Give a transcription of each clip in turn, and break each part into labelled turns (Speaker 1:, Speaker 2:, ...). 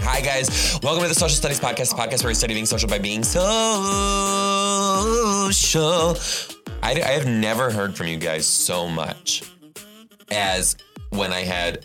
Speaker 1: Hi, guys. Welcome to the Social Studies Podcast, the podcast where we study being social by being social. I, I have never heard from you guys so much as when I had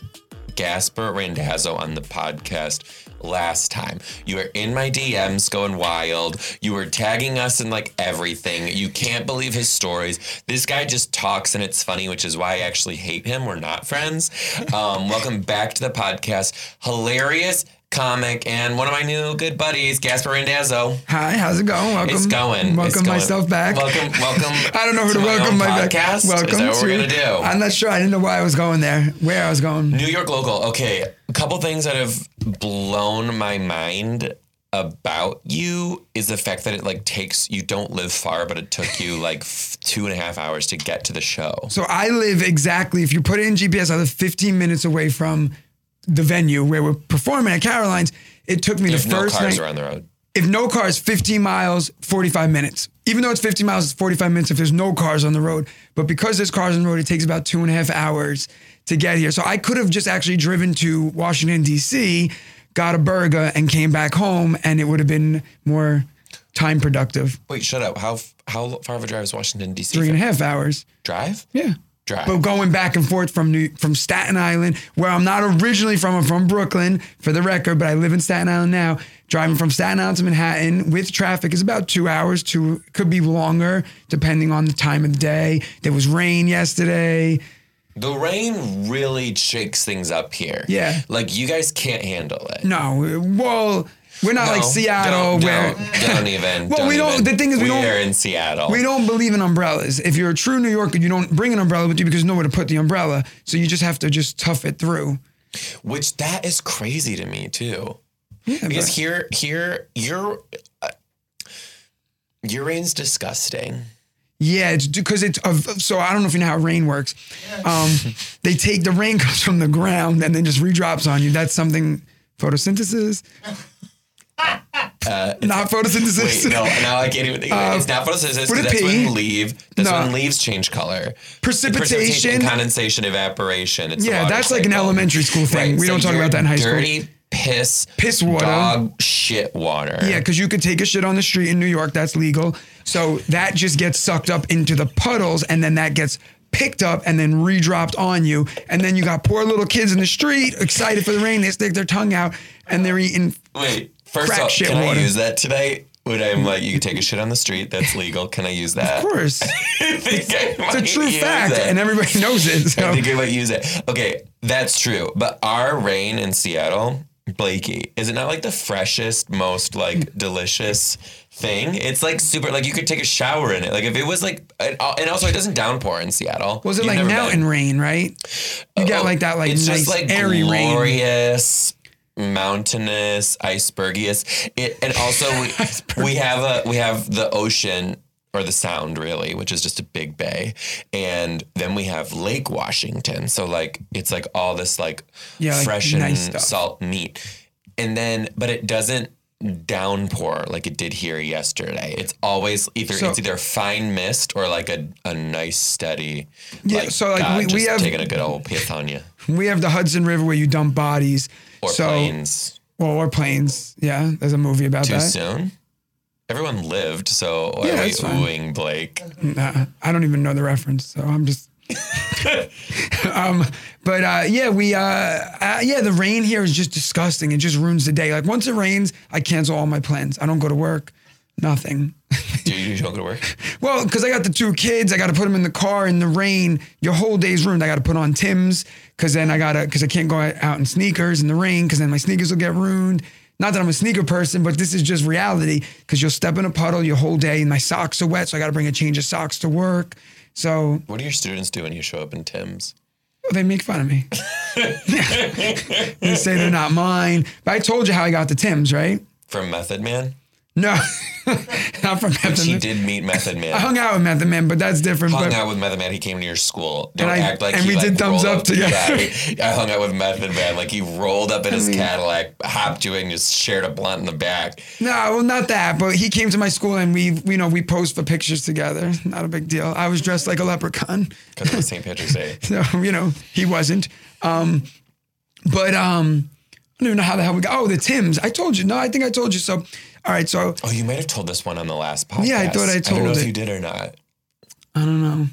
Speaker 1: Gasper Randazzo on the podcast last time. You were in my DMs going wild. You were tagging us in like everything. You can't believe his stories. This guy just talks and it's funny, which is why I actually hate him. We're not friends. Um, welcome back to the podcast. Hilarious comic and one of my new good buddies, Gasper Randazzo.
Speaker 2: Hi, how's it going? Welcome.
Speaker 1: It's going.
Speaker 2: Welcome
Speaker 1: It's going.
Speaker 2: myself back.
Speaker 1: Welcome, welcome.
Speaker 2: I don't know who to
Speaker 1: my
Speaker 2: welcome
Speaker 1: own
Speaker 2: my
Speaker 1: podcast.
Speaker 2: back.
Speaker 1: Is
Speaker 2: Welcome
Speaker 1: that what we're
Speaker 2: to-
Speaker 1: gonna do?
Speaker 2: I'm not sure. I didn't know why I was going there. Where I was going.
Speaker 1: New York local. Okay, a couple things that have blown my mind about you is the fact that it like takes you don't live far, but it took you like f- two and a half hours to get to the show.
Speaker 2: So I live exactly. If you put it in GPS, I live 15 minutes away from the venue where we're performing at Caroline's. It took me the
Speaker 1: If no
Speaker 2: first
Speaker 1: cars
Speaker 2: night.
Speaker 1: are on the road.
Speaker 2: if no cars, 15 miles, 45 minutes. Even though it's 15 miles, it's 45 minutes if there's no cars on the road. But because there's cars on the road, it takes about two and a half hours to get here. So I could have just actually driven to Washington, D.C., got a burger, and came back home, and it would have been more time productive.
Speaker 1: Wait, shut up. How f- how far of a drive is Washington D.C.
Speaker 2: Three and a half hours.
Speaker 1: drive?
Speaker 2: Yeah.
Speaker 1: Drive.
Speaker 2: But going back and forth from New, from Staten Island, where I'm not originally from, I'm from Brooklyn, for the record, but I live in Staten Island now. Driving from Staten Island to Manhattan with traffic is about two hours. Two could be longer depending on the time of the day. There was rain yesterday.
Speaker 1: The rain really shakes things up here.
Speaker 2: Yeah.
Speaker 1: like you guys can't handle it.
Speaker 2: No, well, we're not like
Speaker 1: No,
Speaker 2: Seattle
Speaker 1: don't,
Speaker 2: where
Speaker 1: don't, don't even.
Speaker 2: Well, we don't-
Speaker 1: even.
Speaker 2: the thing is we don't-
Speaker 1: We're in Seattle.
Speaker 2: We don't believe in umbrellas. If you're a true New Yorker, you don't bring an umbrella with you because you know where to put the umbrella. So you just have to just tough it through.
Speaker 1: which that is crazy to me too.
Speaker 2: Yeah,
Speaker 1: Because
Speaker 2: but-
Speaker 1: here, here, your uh, your rain's disgusting.
Speaker 2: Yeah, it's because it's of so I don't know if you know how rain works. Um, they take the rain comes from the ground and then just redrops on you. That's something photosynthesis. Not photosynthesis.
Speaker 1: Uh, Wait, no, now I can't even think
Speaker 2: Uh,
Speaker 1: of it. It's not photosynthesis.
Speaker 2: would it
Speaker 1: That's
Speaker 2: be-
Speaker 1: when leaf. That's
Speaker 2: No.
Speaker 1: when leaves change color.
Speaker 2: Precipitation.
Speaker 1: condensation, evaporation. It's the
Speaker 2: Yeah,
Speaker 1: water
Speaker 2: that's like an
Speaker 1: cycle.
Speaker 2: elementary school thing. We don't talk
Speaker 1: your
Speaker 2: about that in high school.
Speaker 1: Dirty piss,
Speaker 2: Piss water.
Speaker 1: dog shit water.
Speaker 2: Yeah, because you could take a shit on the street in New York. That's legal. So that just gets sucked up into the puddles and then that gets picked up and then redropped on you. And then you got poor little kids in the street excited for the rain. They stick their tongue out and they're eating
Speaker 1: Wait, first
Speaker 2: Crack
Speaker 1: off,
Speaker 2: shit
Speaker 1: can
Speaker 2: water.
Speaker 1: I use that tonight? When I'm like, you can take a shit on the street. That's legal. Can I use that?
Speaker 2: Of course.
Speaker 1: I think I
Speaker 2: It's a
Speaker 1: might
Speaker 2: true
Speaker 1: use
Speaker 2: fact,
Speaker 1: it.
Speaker 2: and everybody knows it. So.
Speaker 1: I think I might use it. Okay, that's true. But our rain in Seattle, Blakey, is it not like the freshest, most like delicious thing? It's like super. Like you could take a shower in it. Like if it was like, and al- and also it doesn't downpour in Seattle.
Speaker 2: Was it
Speaker 1: You've
Speaker 2: like
Speaker 1: never
Speaker 2: mountain
Speaker 1: been.
Speaker 2: rain, right? You got like that, like
Speaker 1: it's
Speaker 2: nice
Speaker 1: just like
Speaker 2: airy rain.
Speaker 1: glorious. Mountainous, icebergious, it, and also we, we have a we have the ocean or the sound really, which is just a big bay, and then we have Lake Washington. So like it's like all this like
Speaker 2: Yeah, like
Speaker 1: fresh
Speaker 2: nice
Speaker 1: and
Speaker 2: stuff.
Speaker 1: salt meat, and then but it doesn't downpour like it did here yesterday. It's always either
Speaker 2: So-
Speaker 1: it's either fine mist or like a, a nice steady
Speaker 2: Yeah, so, like, we- we
Speaker 1: just
Speaker 2: have-
Speaker 1: taking a good old Piatania
Speaker 2: We have the Hudson River where you dump bodies.
Speaker 1: or
Speaker 2: so,
Speaker 1: planes
Speaker 2: Well, or planes. Yeah, there's a movie about
Speaker 1: too
Speaker 2: that.
Speaker 1: soon. That's- Everyone lived, so why
Speaker 2: Yeah,
Speaker 1: are we
Speaker 2: that's fine.
Speaker 1: oohing Blake?
Speaker 2: Nah, I don't even know the reference, so I'm just. um, but uh, yeah, we uh, uh, yeah, the rain here is just disgusting. It just ruins the day. Like once it rains, I cancel all my plans. I don't go to work. Nothing.
Speaker 1: Do you don't go to work?
Speaker 2: Well, because I got the two kids, I got to put them in the car in the rain. Your whole day's ruined. I got to put on Tim's because then I gotta because I can't go out in sneakers in the rain because then my sneakers will get ruined. Not that I'm a sneaker person, but this is just reality because you'll step in a puddle your whole day and my socks are wet, so I got to bring a change of socks to work. So
Speaker 1: What do your students do when you show up in Tim's?
Speaker 2: they make fun of me. they say they're not mine. But I told you how I got the Tim's, right?
Speaker 1: From Method Man?
Speaker 2: No. Not from Method
Speaker 1: She
Speaker 2: Man.
Speaker 1: did meet Method Man.
Speaker 2: I hung out with Method Man, but that's different.
Speaker 1: hung
Speaker 2: but
Speaker 1: out with Method Man. He came to your school. Don't
Speaker 2: I-
Speaker 1: act like
Speaker 2: and
Speaker 1: he,
Speaker 2: we
Speaker 1: like,
Speaker 2: did thumbs
Speaker 1: rolled
Speaker 2: up together.
Speaker 1: Yeah, I, I hung out with Method Man. Like he rolled up in his
Speaker 2: mean-
Speaker 1: Cadillac, hopped you in, just shared a blunt in the back.
Speaker 2: No, well, not that. But he came to my school and we, you know, we posed for pictures together. Not a big deal. I was dressed like a leprechaun,
Speaker 1: Because it was St. Patrick's Day.
Speaker 2: so you know he wasn't. Um, but um, I don't even know how the hell we got. Oh, the Tims. I told you. No, I think I told you. So, all right. So
Speaker 1: Oh, you might have told this one on the last podcast.
Speaker 2: Yeah, I thought I
Speaker 1: I don't know
Speaker 2: told
Speaker 1: if
Speaker 2: it.
Speaker 1: you did or not.
Speaker 2: I don't know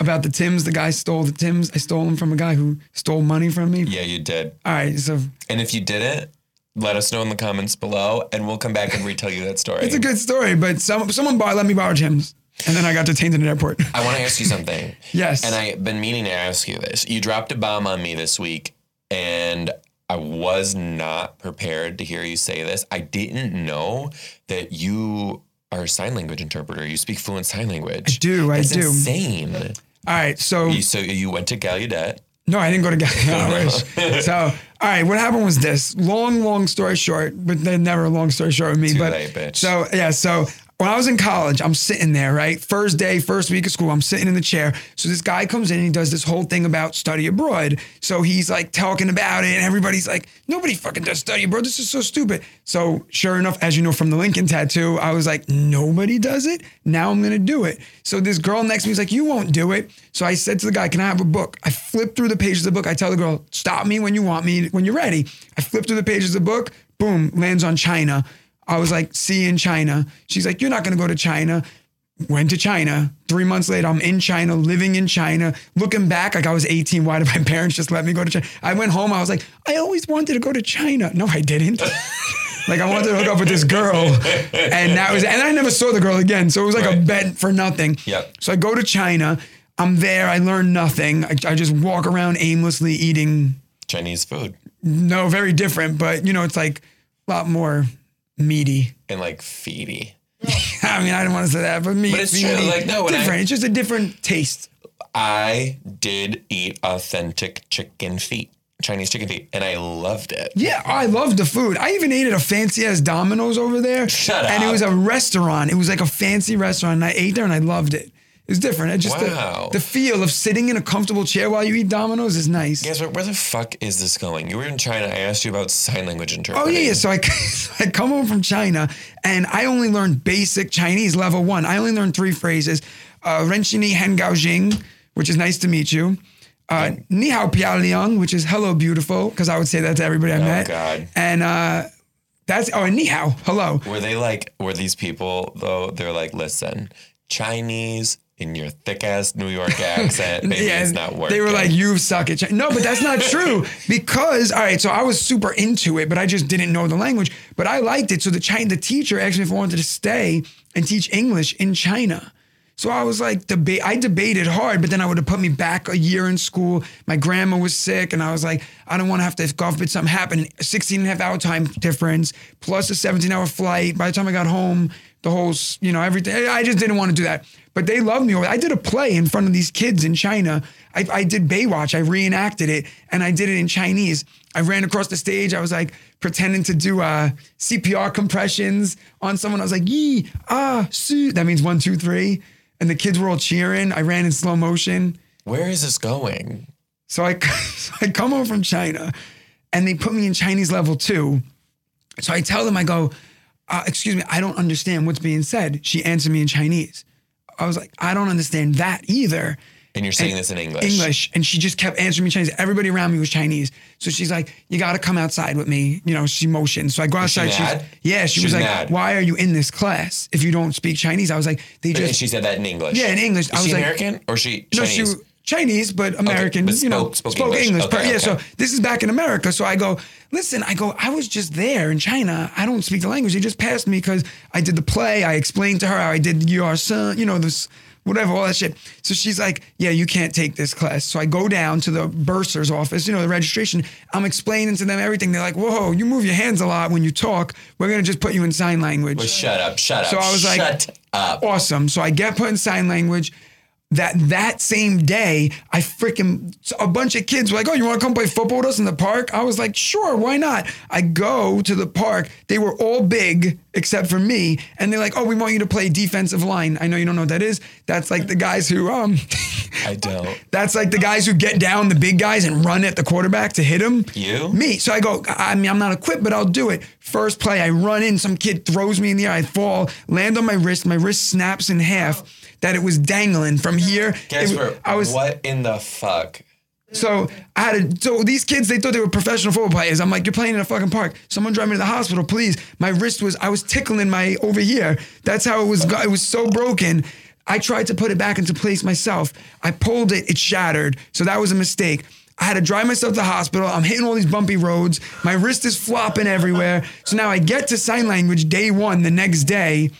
Speaker 2: about the Tims. The guy stole the Tims. I stole them from a guy who stole money from me.
Speaker 1: Yeah, you did.
Speaker 2: All right. So
Speaker 1: And if you didn't, let us know in the comments below, and we'll come back and retell you that story.
Speaker 2: it's a good story. But some someone borrowed, let me borrow Tims, and then I got detained in an airport.
Speaker 1: I want to ask you something.
Speaker 2: yes.
Speaker 1: And I've been meaning to ask you this. You dropped a bomb on me this week, and I was not prepared to hear you say this. I didn't know that you are a sign language interpreter. You speak fluent sign language.
Speaker 2: do, I
Speaker 1: That's
Speaker 2: do.
Speaker 1: insane.
Speaker 2: All right. So
Speaker 1: You, so you went to Gallaudet.
Speaker 2: No, I didn't go to Gallery. I wish. so, all right, what happened was this long, long story short, but then never a long story short with me. but
Speaker 1: late, bitch.
Speaker 2: so, yeah, so when I was in college, I'm sitting there, right? First day, first week of school, I'm sitting in the chair. So this guy comes in and he does this whole thing about study abroad. So he's like talking about it, and everybody's like, nobody fucking does study abroad. This is so stupid. So, sure enough, as you know from the Lincoln tattoo, I was like, nobody does it. Now I'm going to do it. So this girl next to me is like, you won't do it. So I said to the guy, can I have a book? I flip through the pages of the book. I tell the girl, stop me when you want me, when you're ready. I flip through the pages of the book. Boom, lands on China. I was like, see you in China. She's like, you're not going to go to China. Went to China. Three months later, I'm in China, living in China, looking back like I was 18. Why did my parents just let me go to China? I went home. I was like, I always wanted to go to China. No, I didn't. like I wanted to hook up with this girl, and that was. And I never saw the girl again. So it was like a
Speaker 1: Right.
Speaker 2: bet for nothing.
Speaker 1: Yep.
Speaker 2: So I go to China. I'm there. I learn nothing. I, I just walk around aimlessly eating
Speaker 1: Chinese food
Speaker 2: no, very different, but you know, it's like a lot more meaty.
Speaker 1: and like feety.
Speaker 2: I mean, I didn't want to say that, but meat,
Speaker 1: But it's
Speaker 2: meaty,
Speaker 1: true, like, no, when I-
Speaker 2: different. it's just a different taste.
Speaker 1: I did eat authentic chicken feet, Chinese chicken feet, and I loved it.
Speaker 2: Yeah, I loved the food. I even ate at a fancy ass Domino's over there.
Speaker 1: Shut
Speaker 2: And it
Speaker 1: up.
Speaker 2: was a restaurant. It was like a fancy restaurant, and I ate there and I loved it. It was different. It just the-
Speaker 1: Wow.
Speaker 2: the, feel of sitting in a comfortable chair while you eat Domino's is nice.
Speaker 1: Guess what? Where the fuck is this going? You were in China. I asked you about sign language
Speaker 2: Oh
Speaker 1: interpreting.
Speaker 2: yeah, yeah. So I, so I come home from China and I only learned basic Chinese level one. I only learned three phrases: uh, "Renxini hen gao jing," which is nice to meet you. Uh, "Ni hao pia liang," which is "Hello beautiful," because I would say that to everybody I met.
Speaker 1: God.
Speaker 2: And uh, that's oh, and "Ni hao," hello.
Speaker 1: Were they like, were these people though? They're like, listen, Chinese in your thick ass New York accent, maybe it's not working.
Speaker 2: They were like, "You suck at Chi-" No, but that's not true because all right. So I was super into it, but I just didn't know the language. But I liked it. So the China, the teacher asked me if I wanted to stay and teach English in China. So I was like, debate. I debated hard, but then I would have put me back a year in school. My grandma was sick, and I was like, I don't want to have to, if God forbid something happened, a 16 and a half hour time difference, plus a 17 hour flight. By the time I got home, the whole, s- you know, everything, I just didn't want to do that. But they loved me. over- I did a play in front of these kids in China. I, I did Baywatch. I reenacted it, and I did it in Chinese. I ran across the stage. I was like pretending to do uh, CPR compressions on someone. I was like, yee, ah, su. That means one, two, three. And the kids were all cheering. I ran in slow motion.
Speaker 1: where is this going?
Speaker 2: So I, so I come home from China and they put me in Chinese level two. So I tell them, I go, uh, excuse me, I don't understand what's being said. She answered me in Chinese. I was like, I don't understand that either.
Speaker 1: And you're saying this in English.
Speaker 2: English. And she just kept answering me in Chinese. Everybody around me was Chinese. So she's like, You gotta come outside with me. You know, she motioned. So I go
Speaker 1: she
Speaker 2: outside. she's,
Speaker 1: mad?
Speaker 2: yeah, she
Speaker 1: She's
Speaker 2: was like,
Speaker 1: mad.
Speaker 2: Why are you in this class if you don't speak Chinese? I was like, They
Speaker 1: And
Speaker 2: just
Speaker 1: she said that in English.
Speaker 2: Yeah, in English.
Speaker 1: Is
Speaker 2: I was
Speaker 1: she
Speaker 2: like-
Speaker 1: American or is she
Speaker 2: no,
Speaker 1: Chinese?
Speaker 2: she Chinese, but American.
Speaker 1: but
Speaker 2: you know,
Speaker 1: spoke- spoke
Speaker 2: English.
Speaker 1: English.
Speaker 2: but
Speaker 1: Okay,
Speaker 2: yeah, so
Speaker 1: okay.
Speaker 2: this is back in America. So I go, listen, I go, I was just there in China. I don't speak the language. They just passed me because I did the play. I explained to her how I did your son, you know, this whatever, all that shit. So she's like, yeah, you can't take this class. So I go down to the bursar's office, you know, the registration. I'm explaining to them everything. They're like, whoa, you move your hands a lot when you talk. We're going to just put you in sign language
Speaker 1: Well, shut up, shut up.
Speaker 2: So I was like-
Speaker 1: shut up.
Speaker 2: awesome. So I get put in sign language. That that same day, I freaking a bunch of kids were like, "Oh, you want to come play football with us in the park?" I was like, "Sure, why not?" I go to the park. They were all big except for me. And they're like, oh, we want you to play defensive line. I know you don't know what that is. That's like the guys who um
Speaker 1: I don't.
Speaker 2: That's like the guys who get down the big guys and run at the quarterback to hit him.
Speaker 1: You?
Speaker 2: Me. So I go, I I mean, I'm not equipped, but I'll do it. First play, I run in, some kid throws me in the air, I fall, land on my wrist, my wrist snaps in half. That it was dangling from here.
Speaker 1: Guess
Speaker 2: It-
Speaker 1: what?
Speaker 2: I was
Speaker 1: what in the fuck?
Speaker 2: so I had to, so these kids they thought they were professional football players. I'm like, you're playing in a fucking park. Someone drive me to the hospital, please. My wrist was I was tickling my over here. That's how it was. go- It was so broken. I tried to put it back into place myself. I pulled it. It shattered. So that was a mistake. I had to drive myself to the hospital. I'm hitting all these bumpy roads. My wrist is flopping everywhere. So now I get to sign language day one. The next day,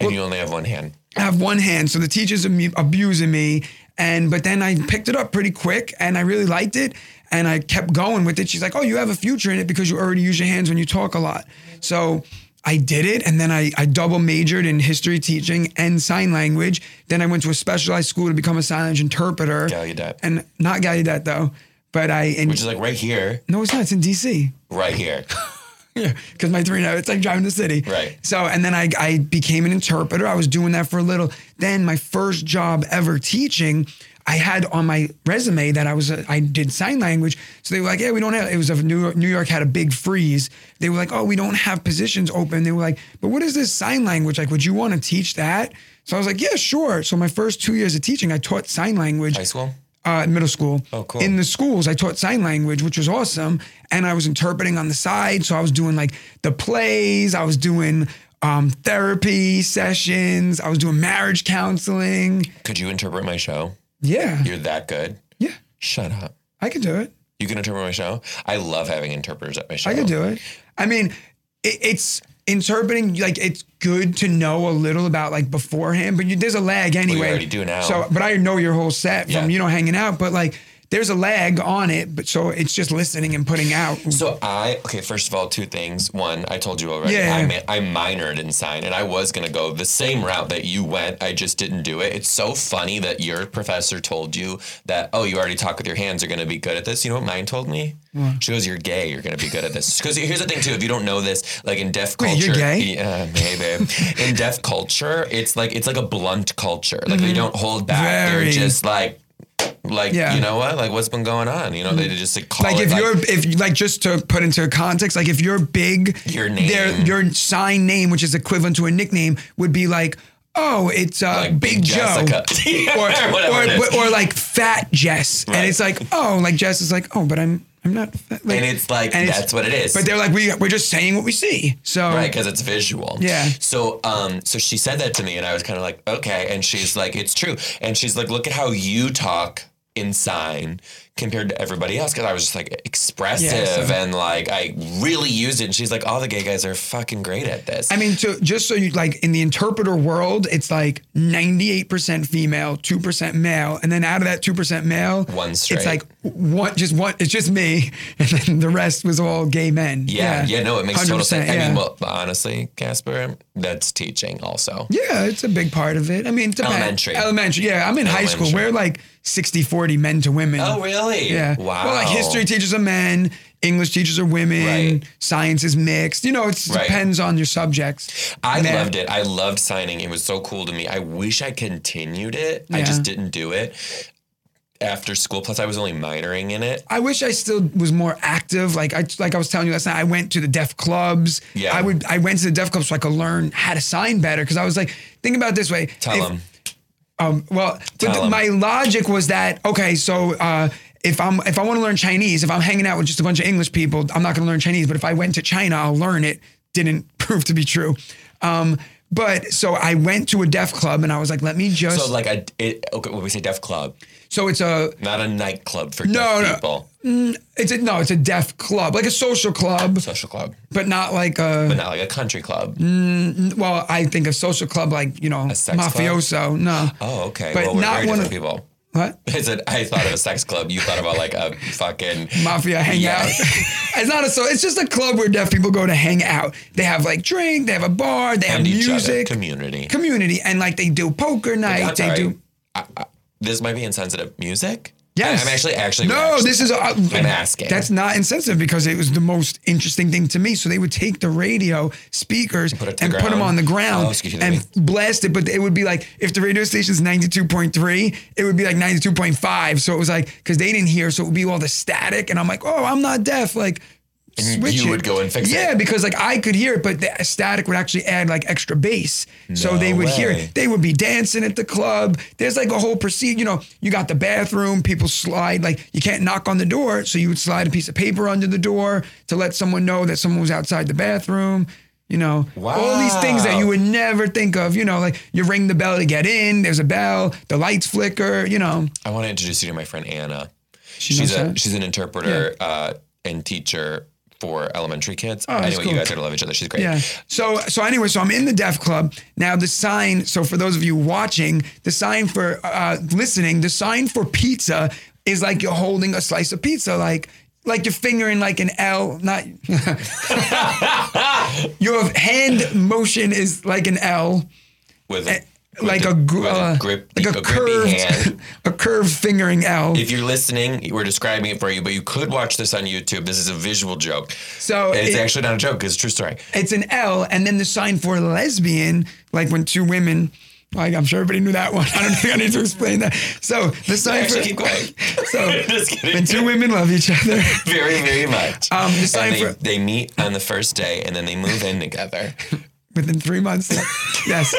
Speaker 1: And you only have one hand.
Speaker 2: I have one hand, so the teacher's amu- abusing me. And but then I picked it up pretty quick, and I really liked it, and I kept going with it. She's like, "Oh, you have a future in it because you already use your hands when you talk a lot." So I did it, and then I, I double majored in history teaching and sign language. Then I went to a specialized school to become a sign language interpreter.
Speaker 1: Gallaudet.
Speaker 2: er, and not Gallaudet though, but I and
Speaker 1: Which is like right here,
Speaker 2: no, it's not. It's in D.C.
Speaker 1: right here.
Speaker 2: Yeah, because my three now it's like driving the city.
Speaker 1: Right.
Speaker 2: So and then I I became an interpreter. I was doing that for a little. Then my first job ever teaching, I had on my resume that I was a, I did sign language. So they were like, yeah, we don't have. It was a New York, New York had a big freeze. They were like, oh, we don't have positions open. They were like, but what is this sign language? Like, would you want to teach that? So I was like, yeah, sure. So my first two years of teaching, I taught sign language
Speaker 1: High school?
Speaker 2: uh, middle school.
Speaker 1: Oh, cool.
Speaker 2: In the schools, I taught sign language, which was awesome. And I was interpreting on the side. So I was doing like the plays, I was doing um, therapy sessions, I was doing marriage counseling.
Speaker 1: Could you interpret my show?
Speaker 2: Yeah.
Speaker 1: You're that good?
Speaker 2: Yeah.
Speaker 1: Shut up.
Speaker 2: I could do it.
Speaker 1: You can interpret my show? I love having interpreters at my show.
Speaker 2: I could do it. I mean, it, it's interpreting, like, it's good to know a little about like beforehand, but you, there's a lag anyway.
Speaker 1: already do now.
Speaker 2: So, but I know your whole set from,
Speaker 1: Yeah.
Speaker 2: you know, hanging out, but like, there's a lag on it, but so it's just listening and putting out.
Speaker 1: So I okay. First of all, two things. One, I told you already.
Speaker 2: Yeah.
Speaker 1: I, ma- I minored in sign, and I was gonna go the same route that you went. I just didn't do it. It's so funny that your professor told you that. Oh, you already talk with your hands. You're gonna be good at this. You know what mine told me? She goes, "You're gay. You're gonna be good at this." Because here's the thing too. If you don't know this, like in deaf
Speaker 2: Wait,
Speaker 1: culture,
Speaker 2: you're gay?
Speaker 1: Yeah, maybe in deaf culture, it's like it's like a blunt culture. Like they don't hold back.
Speaker 2: Mm-hmm. Very.
Speaker 1: They're just like. Like
Speaker 2: Yeah. Mm-hmm.
Speaker 1: you know what? Like what's been going on? You know they just like call
Speaker 2: like
Speaker 1: it,
Speaker 2: if you're if you- like just to put into context, like if you're big,
Speaker 1: Your name.
Speaker 2: their your sign name, which is equivalent to a nickname, would be like. Oh, it's uh,
Speaker 1: Like
Speaker 2: Big,
Speaker 1: Big
Speaker 2: Joe,
Speaker 1: Jessica.
Speaker 2: or,
Speaker 1: Whatever it is.
Speaker 2: or, or like Fat Jess,
Speaker 1: Right.
Speaker 2: and it's like oh, like Jess is like oh, but I'm I'm not. Fat. Like,
Speaker 1: and it's like
Speaker 2: and it's-
Speaker 1: that's what it is.
Speaker 2: But they're like we we're just saying what we see. So
Speaker 1: right because it's visual
Speaker 2: Yeah.
Speaker 1: so um so she said that to me and i was kind of like okay and she's like it's true and she's like look at how you talk in sign compared to everybody else because i was just like expressive
Speaker 2: Yeah, so-
Speaker 1: and like i really used it and she's like all the gay guys are fucking great at this
Speaker 2: I mean, so just so you like in the interpreter world, it's like 98% female, 2% male. And then out of that 2% male,
Speaker 1: One
Speaker 2: It's
Speaker 1: straight.
Speaker 2: like one, just one, it's just me. And then the rest was all gay men.
Speaker 1: yeah, yeah, no, it makes total
Speaker 2: 100%,
Speaker 1: sense. I mean,
Speaker 2: yeah.
Speaker 1: well, honestly, Casper, that's teaching also.
Speaker 2: yeah, it's a big part of it. I mean, it depends.
Speaker 1: Elementary.
Speaker 2: Elementary. Yeah, I'm in high school.
Speaker 1: Elementary.
Speaker 2: We're like 60 40 men to women.
Speaker 1: Oh, really?
Speaker 2: Yeah.
Speaker 1: Wow.
Speaker 2: Well, like history teachers are men, English teachers are women,
Speaker 1: Right.
Speaker 2: science is mixed. You know, it
Speaker 1: Right.
Speaker 2: depends on your subjects.
Speaker 1: I
Speaker 2: Man.
Speaker 1: loved it. I loved signing. It was so cool to me. I wish I continued it. I
Speaker 2: Yeah.
Speaker 1: just didn't do it after school. Plus, I was only minoring in it.
Speaker 2: I wish I still was more active. Like I like I was telling you last night, I went to the deaf clubs.
Speaker 1: Yeah.
Speaker 2: I would I went to the deaf clubs so I could learn how to sign better. Cause I was like, think about it this way.
Speaker 1: Tell
Speaker 2: If-
Speaker 1: them.
Speaker 2: Um, well, but
Speaker 1: Tell 'em.
Speaker 2: my logic was that, okay, so uh if I'm if I want to learn Chinese, if I'm hanging out with just a bunch of English people, I'm not gonna learn Chinese. But if I went to China, I'll learn it. Didn't prove to be true. Um, but so I went to a deaf club and I was like, let me just
Speaker 1: So, like, a, it, okay, when we say deaf club,
Speaker 2: so it's a
Speaker 1: not a nightclub for
Speaker 2: No,
Speaker 1: deaf
Speaker 2: no.
Speaker 1: people,
Speaker 2: it's a no, it's a deaf club, like a social club,
Speaker 1: social club,
Speaker 2: but Mm. not like a
Speaker 1: but not like a country club.
Speaker 2: well, I think of social club like you know
Speaker 1: sex
Speaker 2: mafioso. No,
Speaker 1: Oh, okay.
Speaker 2: But
Speaker 1: well, we're
Speaker 2: not
Speaker 1: very
Speaker 2: one
Speaker 1: different
Speaker 2: of-
Speaker 1: people.
Speaker 2: what
Speaker 1: I said I thought of a sex club. You thought about like a fucking
Speaker 2: mafia hangout? it's not a so. It's just a club where deaf people go to hang out. They have like drink. They have a bar. They have
Speaker 1: and each other
Speaker 2: music.
Speaker 1: community.
Speaker 2: community and like they do poker night.
Speaker 1: I'm
Speaker 2: they
Speaker 1: sorry.
Speaker 2: do
Speaker 1: I- I- this might be insensitive. Music?
Speaker 2: Yes.
Speaker 1: I'm actually- actually
Speaker 2: No,
Speaker 1: relaxed.
Speaker 2: this is. Uh,
Speaker 1: I'm asking.
Speaker 2: That's not insensitive because it was the most interesting thing to me. So they would take the radio speakers
Speaker 1: Put it to
Speaker 2: and
Speaker 1: the
Speaker 2: put them
Speaker 1: ground.
Speaker 2: on the ground
Speaker 1: Oh, excuse
Speaker 2: and
Speaker 1: me.
Speaker 2: blast it. But it would be like if the radio station's 92.3, it would be like 92.5. So it was like because they didn't hear, so it would be all the static. And I'm like, oh, I'm not deaf. Like.
Speaker 1: And
Speaker 2: Switch
Speaker 1: you
Speaker 2: it.
Speaker 1: would go and fix it.
Speaker 2: Yeah, because like I could hear it, but the static would actually add like extra bass. so
Speaker 1: No
Speaker 2: they would hear
Speaker 1: way.
Speaker 2: it they would be dancing at the club. There's like a whole procedure. You know, you got the bathroom, people slide, like you can't knock on the door. So you would slide a piece of paper under the door to let someone know that someone was outside the bathroom. You know, all these things that you
Speaker 1: Wow.
Speaker 2: would never think of. You know, like you ring the bell to get in, there's a bell, the lights flicker, you know.
Speaker 1: I want to introduce you to my friend Anna.
Speaker 2: knows
Speaker 1: she's a
Speaker 2: that?
Speaker 1: she's an interpreter uh, and teacher for elementary kids.
Speaker 2: Oh, that's
Speaker 1: anyway,
Speaker 2: cool.
Speaker 1: you guys are gonna love each other. She's great.
Speaker 2: Yeah. So so anyway, so I'm in the deaf club now. The sign. So for those of you watching, the sign for uh, listening, the sign for pizza is like you're holding a slice of pizza, like like you're fingering like an L. Not your hand motion is like an L,
Speaker 1: With
Speaker 2: Eh.
Speaker 1: a, with
Speaker 2: like
Speaker 1: a,
Speaker 2: a, gr-
Speaker 1: with
Speaker 2: uh,
Speaker 1: grip,
Speaker 2: like a,
Speaker 1: grippy hand.
Speaker 2: curved a curved fingering L.
Speaker 1: If you're listening, we're describing it for you, but you could watch this on YouTube. This is a visual joke.
Speaker 2: So
Speaker 1: And it's
Speaker 2: it-
Speaker 1: actually not a joke. 'cause It's a true story.
Speaker 2: it's an L, and then the sign for lesbian, like when two women, like I'm sure everybody knew that one. I don't think I need to explain that. So the sign
Speaker 1: actually
Speaker 2: for
Speaker 1: keep going.
Speaker 2: so
Speaker 1: Just kidding.
Speaker 2: when two women love each other,
Speaker 1: Very, very much.
Speaker 2: Um, the sign
Speaker 1: and they,
Speaker 2: for-
Speaker 1: they meet on the first day and then they move in together.
Speaker 2: within three months, yes.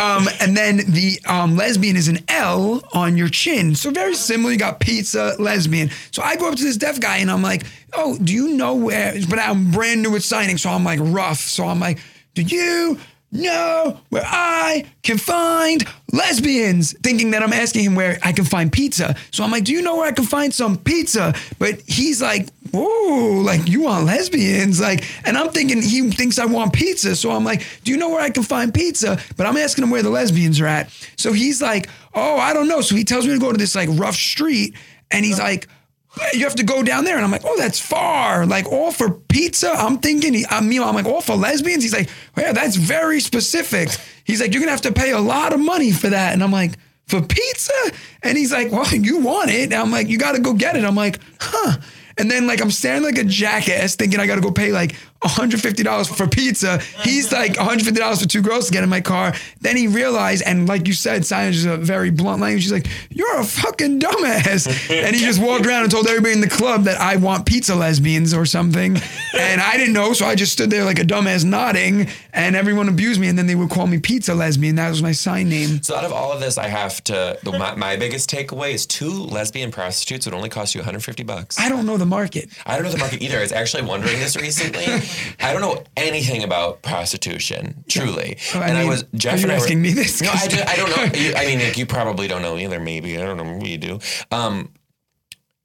Speaker 2: Um, and then the um, lesbian is an L on your chin, so very similar. You got pizza lesbian. So I go up to this deaf guy and I'm like, "Oh, do you know where?" But I'm brand new at signing, so I'm like rough. So I'm like, "Do you?" know where I can find lesbians, thinking that I'm asking him where I can find pizza. So I'm like, do you know where I can find some pizza? But he's like, whoa, like you want lesbians? Like, and I'm thinking he thinks I want pizza. So I'm like, do you know where I can find pizza? But I'm asking him where the lesbians are at. So he's like, oh, I don't know. So he tells me to go to this like rough street and he's like, you have to go down there. And I'm like, oh, that's far. Like, all for pizza. I'm thinking, he- I'm, you know, I'm like, all for lesbians. He's like, yeah, that's very specific. He's like, you're going to have to pay a lot of money for that. And I'm like, for pizza? And he's like, well, you want it. And I'm like, you got to go get it. I'm like, huh. And then, like, I'm standing like a jackass thinking I got to go pay like $150 for pizza. He's like, $150 for two girls to get in my car. Then he realized, and like you said, signage is a very blunt language. He's like, You're a fucking dumbass. And he just walked around and told everybody in the club that I want pizza lesbians or something. And I didn't know. So I just stood there like a dumbass nodding, and everyone abused me. And then they would call me pizza lesbian. That was my sign name.
Speaker 1: So out of all of this, I have to. The, my, my biggest takeaway is two lesbian prostitutes would only cost you 150 bucks.
Speaker 2: I don't know the market.
Speaker 1: I don't know the market either. I was actually wondering this recently. I don't know anything about prostitution, truly.
Speaker 2: Oh, I
Speaker 1: and
Speaker 2: mean,
Speaker 1: I was Jeff
Speaker 2: are you
Speaker 1: and I were-
Speaker 2: asking me this?
Speaker 1: No, I, ju- I don't know. You- I mean, like, you probably don't know either. Maybe I don't know. Maybe you do. Um,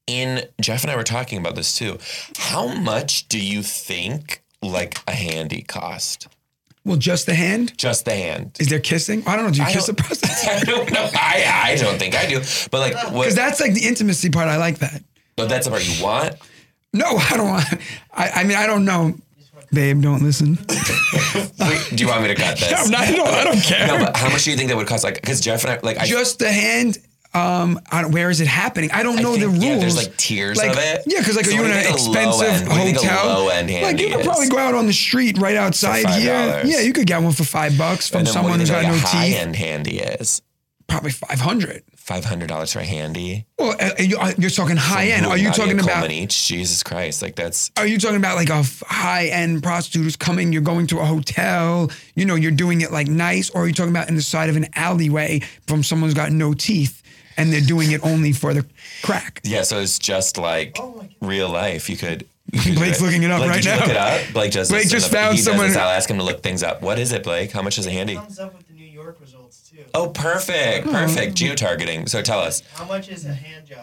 Speaker 1: in Jeff and I were talking about this too. How much do you think like a handy cost?
Speaker 2: Well, just the hand.
Speaker 1: Just the hand.
Speaker 2: Is there kissing? I don't know. Do you
Speaker 1: I
Speaker 2: kiss a
Speaker 1: don't-
Speaker 2: prostitute?
Speaker 1: I don't know. I, I don't think I do. But like, what?
Speaker 2: Because that's like the intimacy part. I like that.
Speaker 1: but that's the part you want.
Speaker 2: No, I don't want. I, I mean, I don't know. Babe, don't listen.
Speaker 1: Wait, do you want me to cut this?
Speaker 2: I'm not- I don't- I don't care.
Speaker 1: No, but how much do you think that would cost? Like, because Jeff and I, like, I
Speaker 2: just the hand. Um, I don't, where is it happening? I don't know the
Speaker 1: think,
Speaker 2: rules.
Speaker 1: yeah, there's, like, tiers
Speaker 2: Like,
Speaker 1: of it.
Speaker 2: Yeah, because like,
Speaker 1: So
Speaker 2: are you
Speaker 1: what
Speaker 2: in
Speaker 1: do
Speaker 2: an
Speaker 1: you think a low
Speaker 2: expensive
Speaker 1: end- what do you think a
Speaker 2: hotel?
Speaker 1: low-end
Speaker 2: like, you
Speaker 1: handy
Speaker 2: could
Speaker 1: is?
Speaker 2: probably go out on the street right outside
Speaker 1: $5.
Speaker 2: here. Yeah, you could get one for five bucks from
Speaker 1: And then
Speaker 2: someone
Speaker 1: what do you
Speaker 2: who's got
Speaker 1: think,
Speaker 2: no
Speaker 1: like, a high
Speaker 2: teeth.
Speaker 1: end handy is
Speaker 2: Probably five hundred.
Speaker 1: five hundred dollars for a handy.
Speaker 2: Well, uh, you, uh, you're talking high end. Are you
Speaker 1: Not even
Speaker 2: talking
Speaker 1: Coleman
Speaker 2: about?
Speaker 1: each? Jesus Christ! Like that's
Speaker 2: Are you talking about like a f- high end prostitute who's coming? You're going to a hotel. You know, you're doing it like nice, or are you talking about in the side of an alleyway from someone who's got no teeth and they're doing it only for the crack?
Speaker 1: yeah. So it's just like real life. You could. you could do
Speaker 2: Blake's looking it up
Speaker 1: Blake,
Speaker 2: right
Speaker 1: did you
Speaker 2: now.
Speaker 1: Look it up. Blake just
Speaker 2: Blake
Speaker 1: he
Speaker 2: just
Speaker 1: does
Speaker 2: found
Speaker 1: this.
Speaker 2: someone-
Speaker 1: I'll ask him to look things up. What is it, Blake? How much is a handy?
Speaker 3: comes up with the New York results too.
Speaker 1: Oh, perfect, perfect.
Speaker 2: hmm.
Speaker 1: Geo targeting. So tell us.
Speaker 3: How much is a hand job?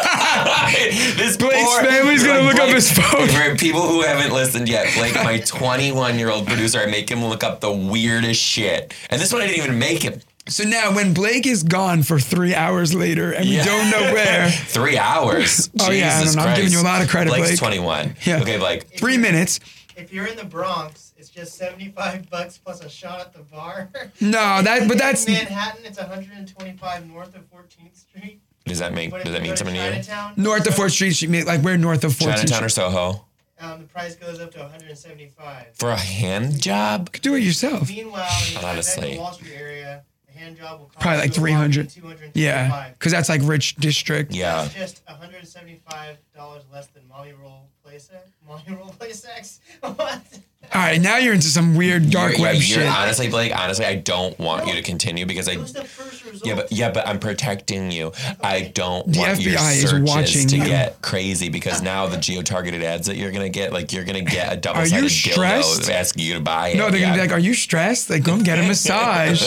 Speaker 1: this
Speaker 2: Blake's
Speaker 1: poor-
Speaker 2: family's gonna look up his phone.
Speaker 1: For people who haven't listened yet, Blake, my 21 year old producer, I make him look up the weirdest shit. And this one I didn't even make him.
Speaker 2: So now, when Blake is gone for three hours later, and we
Speaker 1: Yeah.
Speaker 2: don't know where,
Speaker 1: Three hours.
Speaker 2: Oh, yeah, I
Speaker 1: Jesus
Speaker 2: don't know. I'm giving
Speaker 1: Christ.
Speaker 2: you a lot of credit,
Speaker 1: Blake's
Speaker 2: Blake.
Speaker 1: 21.
Speaker 2: Yeah.
Speaker 1: Okay, Blake.
Speaker 2: three minutes.
Speaker 3: if you're in the Bronx, it's just 75 bucks plus a shot at the bar.
Speaker 2: No, that but
Speaker 3: In
Speaker 2: that's
Speaker 3: Manhattan. It's 125 north of 14th Street.
Speaker 1: Does that make
Speaker 3: But if
Speaker 1: does that
Speaker 3: you go
Speaker 1: mean
Speaker 3: to
Speaker 1: something to you?
Speaker 3: Chinatown,
Speaker 2: North of 4th Street, she made, like we're north of 4th
Speaker 1: Chinatown
Speaker 2: Street.
Speaker 1: or Soho
Speaker 3: Um, the price goes up to 175.
Speaker 1: for a hand job?
Speaker 2: do it yourself.
Speaker 3: Meanwhile, in the
Speaker 1: Honestly.
Speaker 3: Tribeca Wall Street area, a hand job will cost
Speaker 2: Probably like
Speaker 3: you a whopping
Speaker 2: 300.
Speaker 3: 225.
Speaker 2: Yeah, because that's like rich district.
Speaker 1: Yeah.
Speaker 3: That's just $175 less than Molly Roll Playsex. Molly Roll Playsex? what?
Speaker 2: All right, now you're into some weird dark
Speaker 1: You're-
Speaker 2: web
Speaker 1: you're-
Speaker 2: shit.
Speaker 1: Honestly, Blake. Honestly, I don't want you to continue because I
Speaker 3: It was the first result.
Speaker 1: Yeah, but yeah, but I'm protecting you. I don't
Speaker 2: The
Speaker 1: want your
Speaker 2: FBI is
Speaker 1: searches
Speaker 2: watching
Speaker 1: to
Speaker 2: you.
Speaker 1: get crazy because now the geo-targeted ads that you're gonna get, like you're gonna get a
Speaker 2: Are
Speaker 1: double-sided
Speaker 2: you
Speaker 1: dildo
Speaker 2: stressed?
Speaker 1: asking you to buy it.
Speaker 2: No, they're gonna be like, "Are you stressed? Like, go get a massage."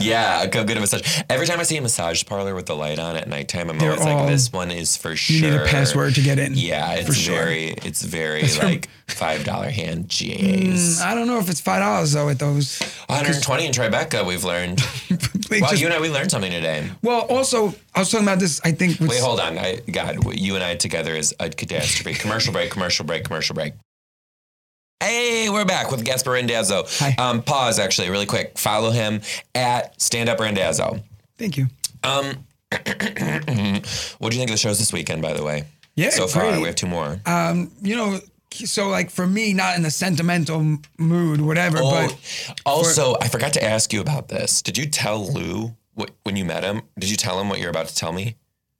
Speaker 1: yeah, go get a massage. Every time I see a massage parlor with the light on at nighttime, I'm
Speaker 2: They're
Speaker 1: always
Speaker 2: all-
Speaker 1: like, this one is for sure.
Speaker 2: You need a password to get in.
Speaker 1: Yeah, it's
Speaker 2: for sure.
Speaker 1: very, it's very
Speaker 2: That's from-
Speaker 1: like five dollar hand GAs.
Speaker 2: Mm, I don't know if it's five dollars though at those.
Speaker 1: 120 in Tribeca, we've learned.
Speaker 2: They
Speaker 1: Wow,
Speaker 2: just-
Speaker 1: you and I, we learned something today.
Speaker 2: well, also, I was talking about this. I think with
Speaker 1: Wait, hold on. I, God, what you and I together is a catastrophe. commercial break, commercial break, commercial break. Hey, we're back with Gaspar Randazzo.
Speaker 2: Hi.
Speaker 1: Um, pause, actually, really quick. Follow him at Stand Up Randazzo.
Speaker 2: thank you.
Speaker 1: Um, what do you think of the shows this weekend, by the way?
Speaker 2: Yeah,
Speaker 1: So far,
Speaker 2: great.
Speaker 1: we have two more.
Speaker 2: Um, you know, so like for me, not in a sentimental m- mood, whatever.
Speaker 1: oh,
Speaker 2: But
Speaker 1: also, I forgot to ask you about this. Did you tell Lou what, when you met him? Did you tell him what you're about to tell me?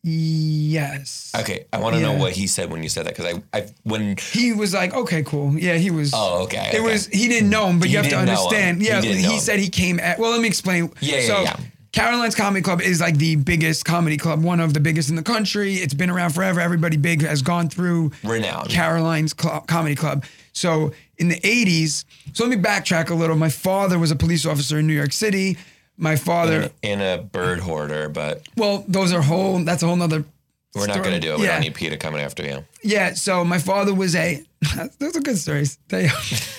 Speaker 2: yes,
Speaker 1: Okay, I want to know
Speaker 2: Yeah.
Speaker 1: what he said when you said that because I, I when
Speaker 2: he was like, "Okay, cool." Yeah, he was.
Speaker 1: oh okay,
Speaker 2: It was he didn't know him, but
Speaker 1: He
Speaker 2: you have to
Speaker 1: didn't know him.
Speaker 2: understand.
Speaker 1: He
Speaker 2: Yeah,
Speaker 1: didn't
Speaker 2: he,
Speaker 1: know him.
Speaker 2: said he came at. Well, let me explain.
Speaker 1: Yeah, yeah,
Speaker 2: so,
Speaker 1: yeah.
Speaker 2: Caroline's Comedy Club is like the biggest comedy club, one of the biggest in the country. It's been around forever. Everybody big has gone through
Speaker 1: Renowned.
Speaker 2: Caroline's Cl- Comedy Club. So in the 80s, so let me backtrack a little. My father was a police officer in New York City. My father,
Speaker 1: in a bird hoarder, but
Speaker 2: well, those are whole, that's a whole nother.
Speaker 1: we're not
Speaker 2: story.
Speaker 1: going to do it. We
Speaker 2: yeah.
Speaker 1: don't need Peter coming after you.
Speaker 2: Yeah, so my father was a. those are good stories. They,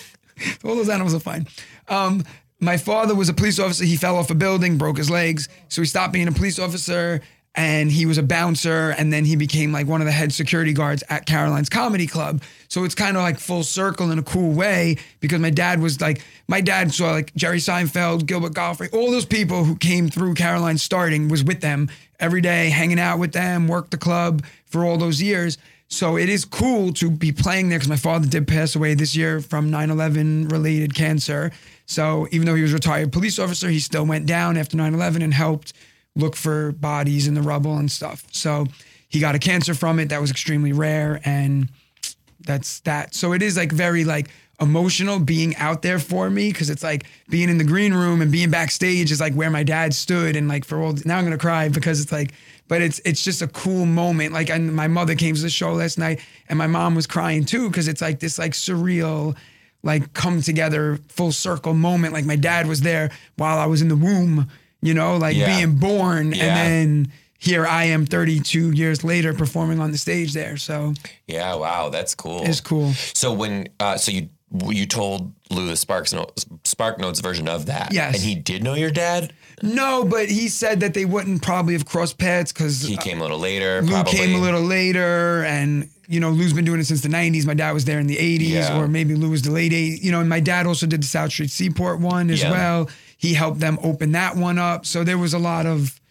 Speaker 2: all those animals are fine. Um, my father was a police officer. He fell off a building, broke his legs, so he stopped being a police officer, and he was a bouncer, and then he became like one of the head security guards at Caroline's Comedy Club. So it's kind of like full circle in a cool way because my dad was like my dad saw like Jerry Seinfeld, Gilbert Gottfried, all those people who came through Caroline starting was with them every day, hanging out with them, worked the club for all those years. So it is cool to be playing there because my father did pass away this year from 9 11 related cancer. So even though he was a retired police officer, he still went down after 9 11 and helped look for bodies in the rubble and stuff. So he got a cancer from it that was extremely rare. And that's that. So it is like very like emotional being out there for me because it's like being in the green room and being backstage is like where my dad stood and like for all now I'm gonna cry because it's like but it's it's just a cool moment like and my mother came to the show last night and my mom was crying too because it's like this like surreal like come together full circle moment like my dad was there while I was in the womb you know like
Speaker 1: Yeah.
Speaker 2: being born
Speaker 1: Yeah.
Speaker 2: and then here I am 32 years later performing on the stage there so
Speaker 1: Yeah, wow, that's cool.
Speaker 2: it's cool
Speaker 1: So when, uh, so you you told Lou the Sparks no, Spark Notes version of that.
Speaker 2: Yes.
Speaker 1: and he did know your dad.
Speaker 2: No, but he said that they wouldn't probably have crossed paths because
Speaker 1: He came a little later.
Speaker 2: Uh, Lou
Speaker 1: probably.
Speaker 2: came a little later, and you know Lou's been doing it since the '90s. My dad was there in the '80s,
Speaker 1: Yeah.
Speaker 2: or maybe Lou was the late '80s. You know, and my dad also did the South Street Seaport one as
Speaker 1: Yeah.
Speaker 2: well. He helped them open that one up, so there was a lot of,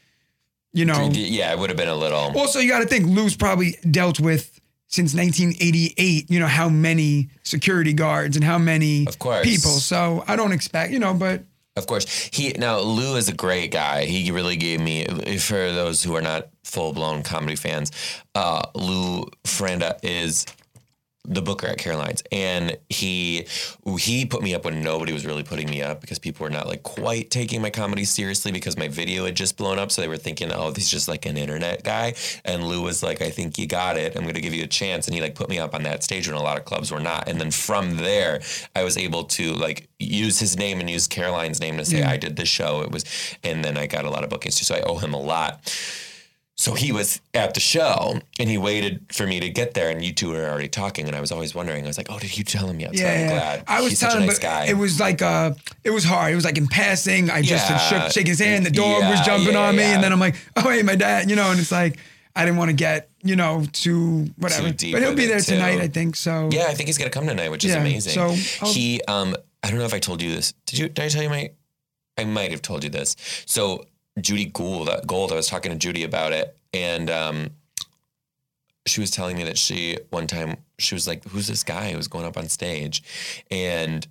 Speaker 2: you know.
Speaker 1: Yeah, it would have been a little.
Speaker 2: Also, you got to think Lou's probably dealt with since 1988. You know how many security guards and how many
Speaker 1: Of course.
Speaker 2: people. So I don't expect, you know, but
Speaker 1: Of course, he now Lou is a great guy. He really gave me for those who are not full blown comedy fans. Uh, Lou Ferranda is the booker at Caroline's, and he he put me up when nobody was really putting me up because people were not like quite taking my comedy seriously because my video had just blown up, so they were thinking, oh, he's just like an internet guy. And Lou was like, I think you got it. I'm gonna give you a chance, and he like put me up on that stage when a lot of clubs were not. And then from there, I was able to like use his name and use Caroline's name to say I did this show. It was, and then I got a lot of bookings too, so I owe him a lot. So he was at the show and he waited for me to get there, and you two were already talking. And I was always wondering, I was like, "Oh, did you tell him yet?" So I'm glad.
Speaker 2: I was
Speaker 1: He's
Speaker 2: telling,
Speaker 1: such a
Speaker 2: him,
Speaker 1: nice
Speaker 2: but
Speaker 1: guy.
Speaker 2: it was like uh, it was hard. It was like in passing. I just had
Speaker 1: Yeah.
Speaker 2: shook, shake his hand. The dog was
Speaker 1: Yeah,
Speaker 2: jumping
Speaker 1: yeah,
Speaker 2: on me,
Speaker 1: yeah.
Speaker 2: and then I'm like, oh hey, my dad, you know. And it's like I didn't want to get you know too whatever.
Speaker 1: Too deep
Speaker 2: but he'll
Speaker 1: with
Speaker 2: be
Speaker 1: it,
Speaker 2: there
Speaker 1: too.
Speaker 2: tonight, I think. So
Speaker 1: yeah, I think he's gonna come tonight, which is
Speaker 2: Yeah,
Speaker 1: amazing.
Speaker 2: so I'll-
Speaker 1: he, um, I don't know if I told you this. Did you? Did I tell you my? I might have told you this. So Judy Gould, Gold, I was talking to Judy about it and um, she was telling me that she one time she was like, "Who's this guy who's going up on stage?" And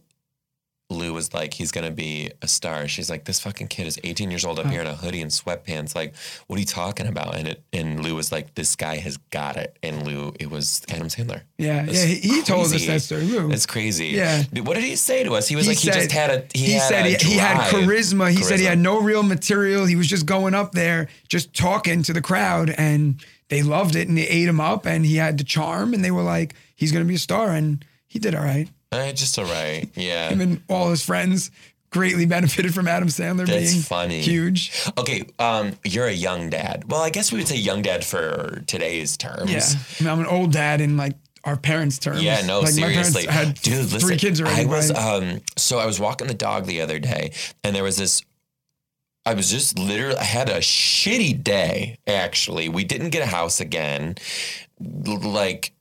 Speaker 1: Lou was like, "He's gonna be a star." She's like, "This fucking kid is 18 years old up here in a hoodie and sweatpants. Like, what are you talking about?" And it and Lou was like, "This guy has got it." And Lou, it was Adam Sandler.
Speaker 2: Yeah,
Speaker 1: That's
Speaker 2: yeah. He, he told us
Speaker 1: crazy.
Speaker 2: that story. Lou.
Speaker 1: That's crazy.
Speaker 2: Yeah.
Speaker 1: Dude, What did he say to us? He was like, he just had a. He, had
Speaker 2: said
Speaker 1: a
Speaker 2: he, he had
Speaker 1: drive.
Speaker 2: charisma. He said he
Speaker 1: Charisma.
Speaker 2: had no real material. He was just going up there, just talking to the crowd, and they loved it and they ate him up. And he had the charm, and they were like, "He's going to be a star," and he did all right.
Speaker 1: Uh, just all right. Yeah.
Speaker 2: Him and all his friends greatly benefited from Adam Sandler
Speaker 1: That's
Speaker 2: being
Speaker 1: funny.
Speaker 2: huge.
Speaker 1: Okay, um, you're a young dad. Well, I guess we would say young dad for today's terms.
Speaker 2: Yeah, I mean, I'm an old dad in like our parents' terms.
Speaker 1: Yeah, no,
Speaker 2: like
Speaker 1: seriously.
Speaker 2: my parents had
Speaker 1: Dude, listen,
Speaker 2: three kids already.
Speaker 1: I was
Speaker 2: right?
Speaker 1: um so I was walking the dog the other day and there was this I was just literally I had a shitty day actually. We didn't get a house again. L- Like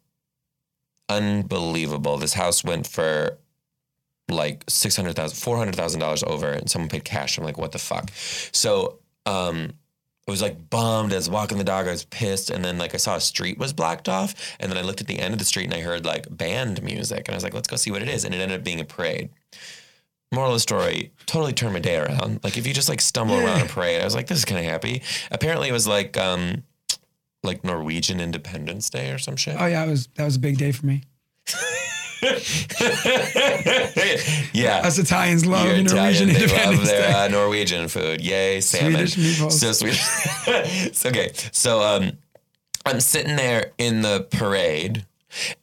Speaker 1: unbelievable. This house went for like six hundred thousand, four hundred thousand dollars over, and someone paid cash. I'm like, what the fuck? So, um, I was like bummed. I was walking the dog. I was pissed, and then like I saw a street was blocked off, and then I looked at the end of the street and I heard like band music, and I was like, let's go see what it is, and it ended up being a parade. Moral of the story: totally turned my day around. Like if you just like stumble around a parade, I was like, this is kind of happy. Apparently, it was like um, like Norwegian Independence Day or some shit.
Speaker 2: oh yeah, it was that was a big day for me.
Speaker 1: yeah.
Speaker 2: Us Italians love
Speaker 1: You're
Speaker 2: Norwegian
Speaker 1: Italian. They love
Speaker 2: Independence
Speaker 1: their
Speaker 2: Day.
Speaker 1: uh, Norwegian food. Yay, salmon.
Speaker 2: Swedish meatballs.
Speaker 1: So Swedish. It's okay. So um, I'm sitting there in the parade,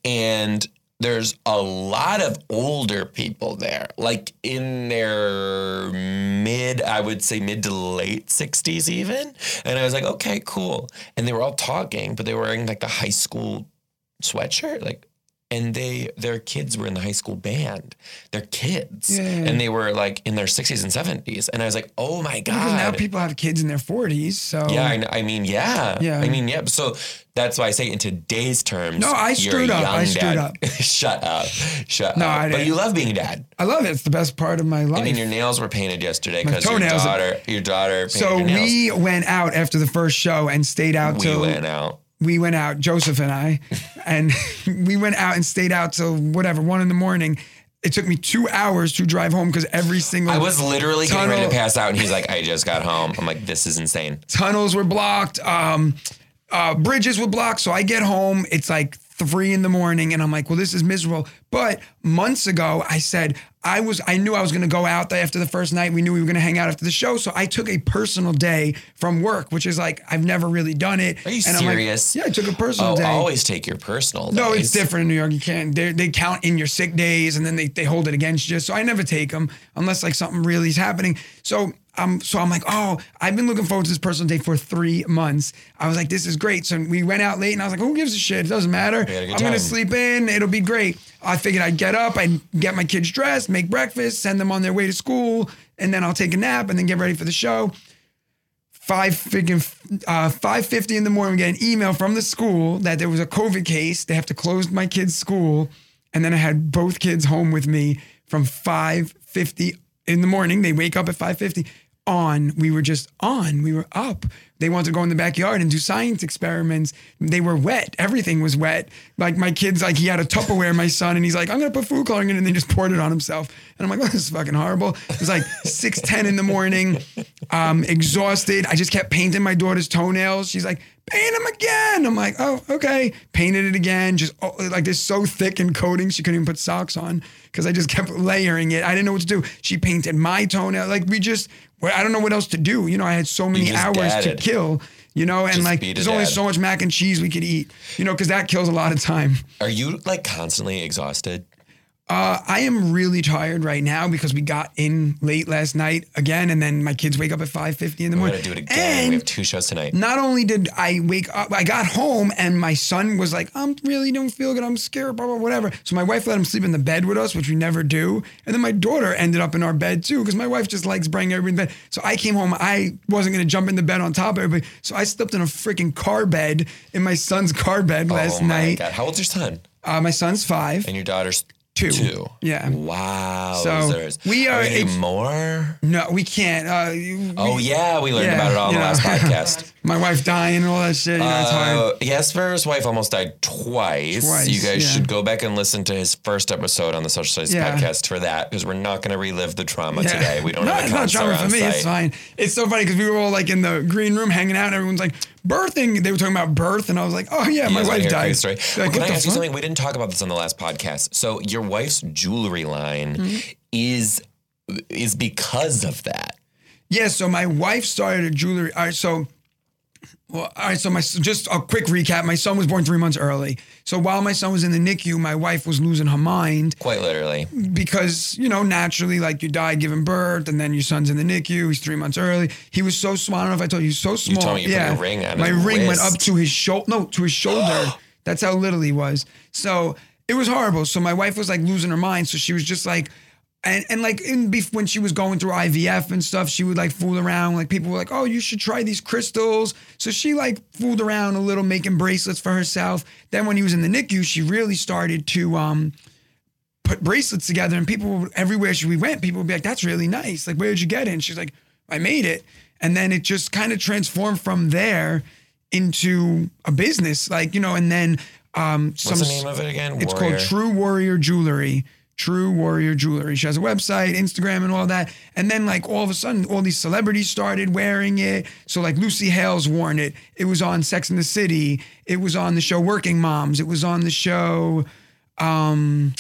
Speaker 1: and there's a lot of older people there, like in their mid, I would say mid to late 60s, even. And I was like, okay, cool. And they were all talking, but they were wearing like the high school sweatshirt, like. And they, their kids were in the high school band. They're kids,
Speaker 2: Yeah.
Speaker 1: and they were like in their sixties and seventies. And I was like, "Oh my god!"
Speaker 2: Because now people have kids in their 40s, so
Speaker 1: Yeah, I, kn- I mean, yeah.
Speaker 2: Yeah.
Speaker 1: I mean, yeah. So that's why I say in today's terms.
Speaker 2: No, I
Speaker 1: you're a
Speaker 2: screwed up. I
Speaker 1: young
Speaker 2: screwed
Speaker 1: dad.
Speaker 2: up.
Speaker 1: Shut up. Shut
Speaker 2: No,
Speaker 1: up.
Speaker 2: I
Speaker 1: But
Speaker 2: didn't.
Speaker 1: you love being a dad.
Speaker 2: I love it. It's the best part of my life.
Speaker 1: I mean, your nails were painted yesterday
Speaker 2: My
Speaker 1: because your
Speaker 2: toenails are-
Speaker 1: daughter, your daughter painted
Speaker 2: so
Speaker 1: your nails.
Speaker 2: we went out after the first show and stayed out
Speaker 1: we
Speaker 2: till
Speaker 1: went out.
Speaker 2: we went out, Joseph and I, and we went out and stayed out till whatever, one in the morning. It took me two hours to drive home because every single
Speaker 1: I was literally getting ready to
Speaker 2: Tunnel-
Speaker 1: pass out, and he's like, "I just got home." I'm like, "This is insane."
Speaker 2: tunnels were blocked, um, uh, bridges were blocked. So I get home, it's like three in the morning, and I'm like, well, this is miserable. But months ago, I said I was, I knew I was going to go out there after the first night. We knew we were going to hang out after the show, so I took a personal day from work, which is like I've never really done it.
Speaker 1: Are you
Speaker 2: I'm like,
Speaker 1: serious?
Speaker 2: yeah, I took a personal
Speaker 1: Oh,
Speaker 2: day.
Speaker 1: always take your personal.
Speaker 2: No,
Speaker 1: days.
Speaker 2: it's different in New York. You can't. They they count in your sick days, and then they, they hold it against you. So I never take them unless like something really is happening. So I'm so I'm like, oh, I've been looking forward to this personal day for three months. I was like, this is great. So we went out late, and I was like, who gives a shit? It doesn't matter. I'm
Speaker 1: We had a good
Speaker 2: gonna
Speaker 1: time.
Speaker 2: sleep in. It'll be great. I figured I'd get up, I'd get my kids dressed, make breakfast, send them on their way to school, and then I'll take a nap, and then get ready for the show five freaking uh, five fifty in the morning. We get an email from the school that there was a COVID case. They have to close my kid's school, and then I had both kids home with me from five fifty in the morning. They wake up at five fifty. On we were just on. We were up. They wanted to go in the backyard and do science experiments. They were wet. Everything was wet. Like my kids, like he had a Tupperware, my son, and he's like, "I'm gonna put food coloring in," it," and then just poured it on himself. And I'm like, "Oh, this is fucking horrible." It was like six ten in the morning. I'm exhausted. I just kept painting my daughter's toenails. She's like, paint them again. I'm like, oh, okay. Painted it again. Just oh, like this so thick and coating, she couldn't even put socks on because I just kept layering it. I didn't know what to do. She painted my toenail. Like we just, well, I don't know what else to do. You know, I had so many
Speaker 1: just
Speaker 2: hours
Speaker 1: dadded.
Speaker 2: to kill. You know, and
Speaker 1: Just
Speaker 2: like
Speaker 1: be the
Speaker 2: there's only
Speaker 1: dad.
Speaker 2: so much mac and cheese we could eat. You know, because that kills a lot of time.
Speaker 1: Are you like constantly exhausted?
Speaker 2: Uh, I am really tired right now because we got in late last night again, and then my kids wake up at 5:50 in the
Speaker 1: We
Speaker 2: morning.
Speaker 1: gotta do it again. we
Speaker 2: And
Speaker 1: have two shows tonight.
Speaker 2: not only did I wake up, I got home and my son was like, I'm really don't feel good. I'm scared, blah, blah, whatever. So my wife let him sleep in the bed with us, which we never do. And then my daughter ended up in our bed too, because my wife just likes bringing everybody in bed. So I came home. I wasn't going to jump in the bed on top of everybody. So I slept in a freaking car bed in my son's car bed last
Speaker 1: oh my
Speaker 2: night.
Speaker 1: god! How old's your son?
Speaker 2: Uh, my son's five.
Speaker 1: And your daughter's
Speaker 2: Two.
Speaker 1: Two.
Speaker 2: Yeah.
Speaker 1: Wow.
Speaker 2: we are- it's-
Speaker 1: more.
Speaker 2: No, we can't. Uh, you-
Speaker 1: Oh yeah, we learned
Speaker 2: Yeah,
Speaker 1: about it all in the
Speaker 2: yeah.
Speaker 1: last podcast.
Speaker 2: my wife dying and all that shit. You know, it's hard.
Speaker 1: Uh, Jasper's wife almost died twice.
Speaker 2: Twice,
Speaker 1: you guys
Speaker 2: yeah.
Speaker 1: should go back and listen to his first episode on the Social Studies
Speaker 2: Yeah.
Speaker 1: podcast for that because we're not going to relive the trauma
Speaker 2: Yeah.
Speaker 1: today. We don't
Speaker 2: no,
Speaker 1: have a
Speaker 2: it's not
Speaker 1: counselor
Speaker 2: drama
Speaker 1: on
Speaker 2: for me.
Speaker 1: site.
Speaker 2: It's fine. It's so funny because we were all like in the green room hanging out, and everyone's like birthing. They were talking about birth, and I was like, oh yeah,
Speaker 1: You
Speaker 2: my
Speaker 1: guys wanna
Speaker 2: wife
Speaker 1: hear a
Speaker 2: died.
Speaker 1: crazy story?
Speaker 2: Like,
Speaker 1: Can
Speaker 2: what
Speaker 1: I
Speaker 2: the
Speaker 1: ask you
Speaker 2: fuck?
Speaker 1: something? We didn't talk about this on the last podcast. So your wife's jewelry line
Speaker 2: Hmm?
Speaker 1: is is because of that.
Speaker 2: Yeah, so my wife started a jewelry. All right, so well, all right, so my just a quick recap. My son was born three months early. So while my son was in the NICU, my wife was losing her mind
Speaker 1: Quite literally.
Speaker 2: because you know naturally, like you die giving birth, and then your son's in the NICU. He's three months early. He was so small. I don't know if I told you, he was so small.
Speaker 1: told me you put
Speaker 2: yeah,
Speaker 1: your ring on
Speaker 2: my
Speaker 1: his
Speaker 2: ring went
Speaker 1: wrist.
Speaker 2: up to his shoulder. No, to his shoulder. That's how little he was. So it was horrible. So my wife was like losing her mind. So she was just like, and and like in bef- when she was going through IVF and stuff, she would like fool around. Like people were like, "Oh, you should try these crystals." So she like fooled around a little, making bracelets for herself. Then when he was in the NICU, she really started to um put bracelets together, and people would- everywhere she we went, people would be like, "That's really nice. Like, where'd you get it?" And she's like, "I made it." And then it just kind of transformed from there into a business, like you know. And then um, some
Speaker 1: What's the name of it again?
Speaker 2: it's
Speaker 1: Warrior.
Speaker 2: called True Warrior Jewelry. True Warrior Jewelry. She has a website, Instagram, and all that. And then, like, all of a sudden, all these celebrities started wearing it. So, like, Lucy Hale's worn it. It was on Sex in the City. It was on the show Working Moms. It was on the show um,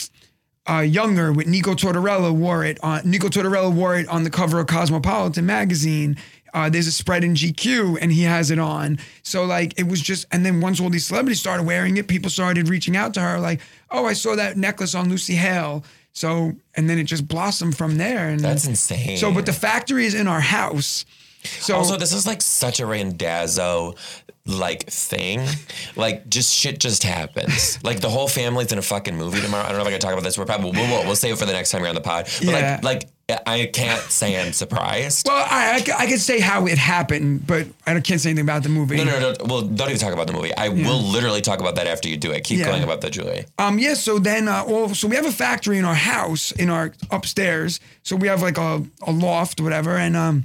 Speaker 2: uh, Younger with Nico Tortorella wore it. On, Nico Tortorella wore it on the cover of Cosmopolitan magazine. Uh, there's a spread in GQ and he has it on. So, like, it was just, and then once all these celebrities started wearing it, people started reaching out to her, like, oh, I saw that necklace on Lucy Hale. So, and then it just blossomed from there. And
Speaker 1: That's insane.
Speaker 2: so, but the factory is in our house. So,
Speaker 1: Also, this is like such a randazzo like thing. Like just shit just happens. like the whole family's in a fucking movie tomorrow. I don't know if I can talk about this. We're probably we'll, we'll, we'll save it for the next time you're on the pod. But
Speaker 2: Yeah.
Speaker 1: like like I can't say I'm surprised.
Speaker 2: well, I, I, c- I could say how it happened, but I can't say anything about the movie.
Speaker 1: no, no, no. Well, don't even talk about the movie. I will literally talk about that after you do it. Keep
Speaker 2: Yeah.
Speaker 1: going about the jewelry.
Speaker 2: Um, yeah, so then, uh, all, so we have a factory in our house, in our upstairs. So we have like a, a loft, whatever. And um,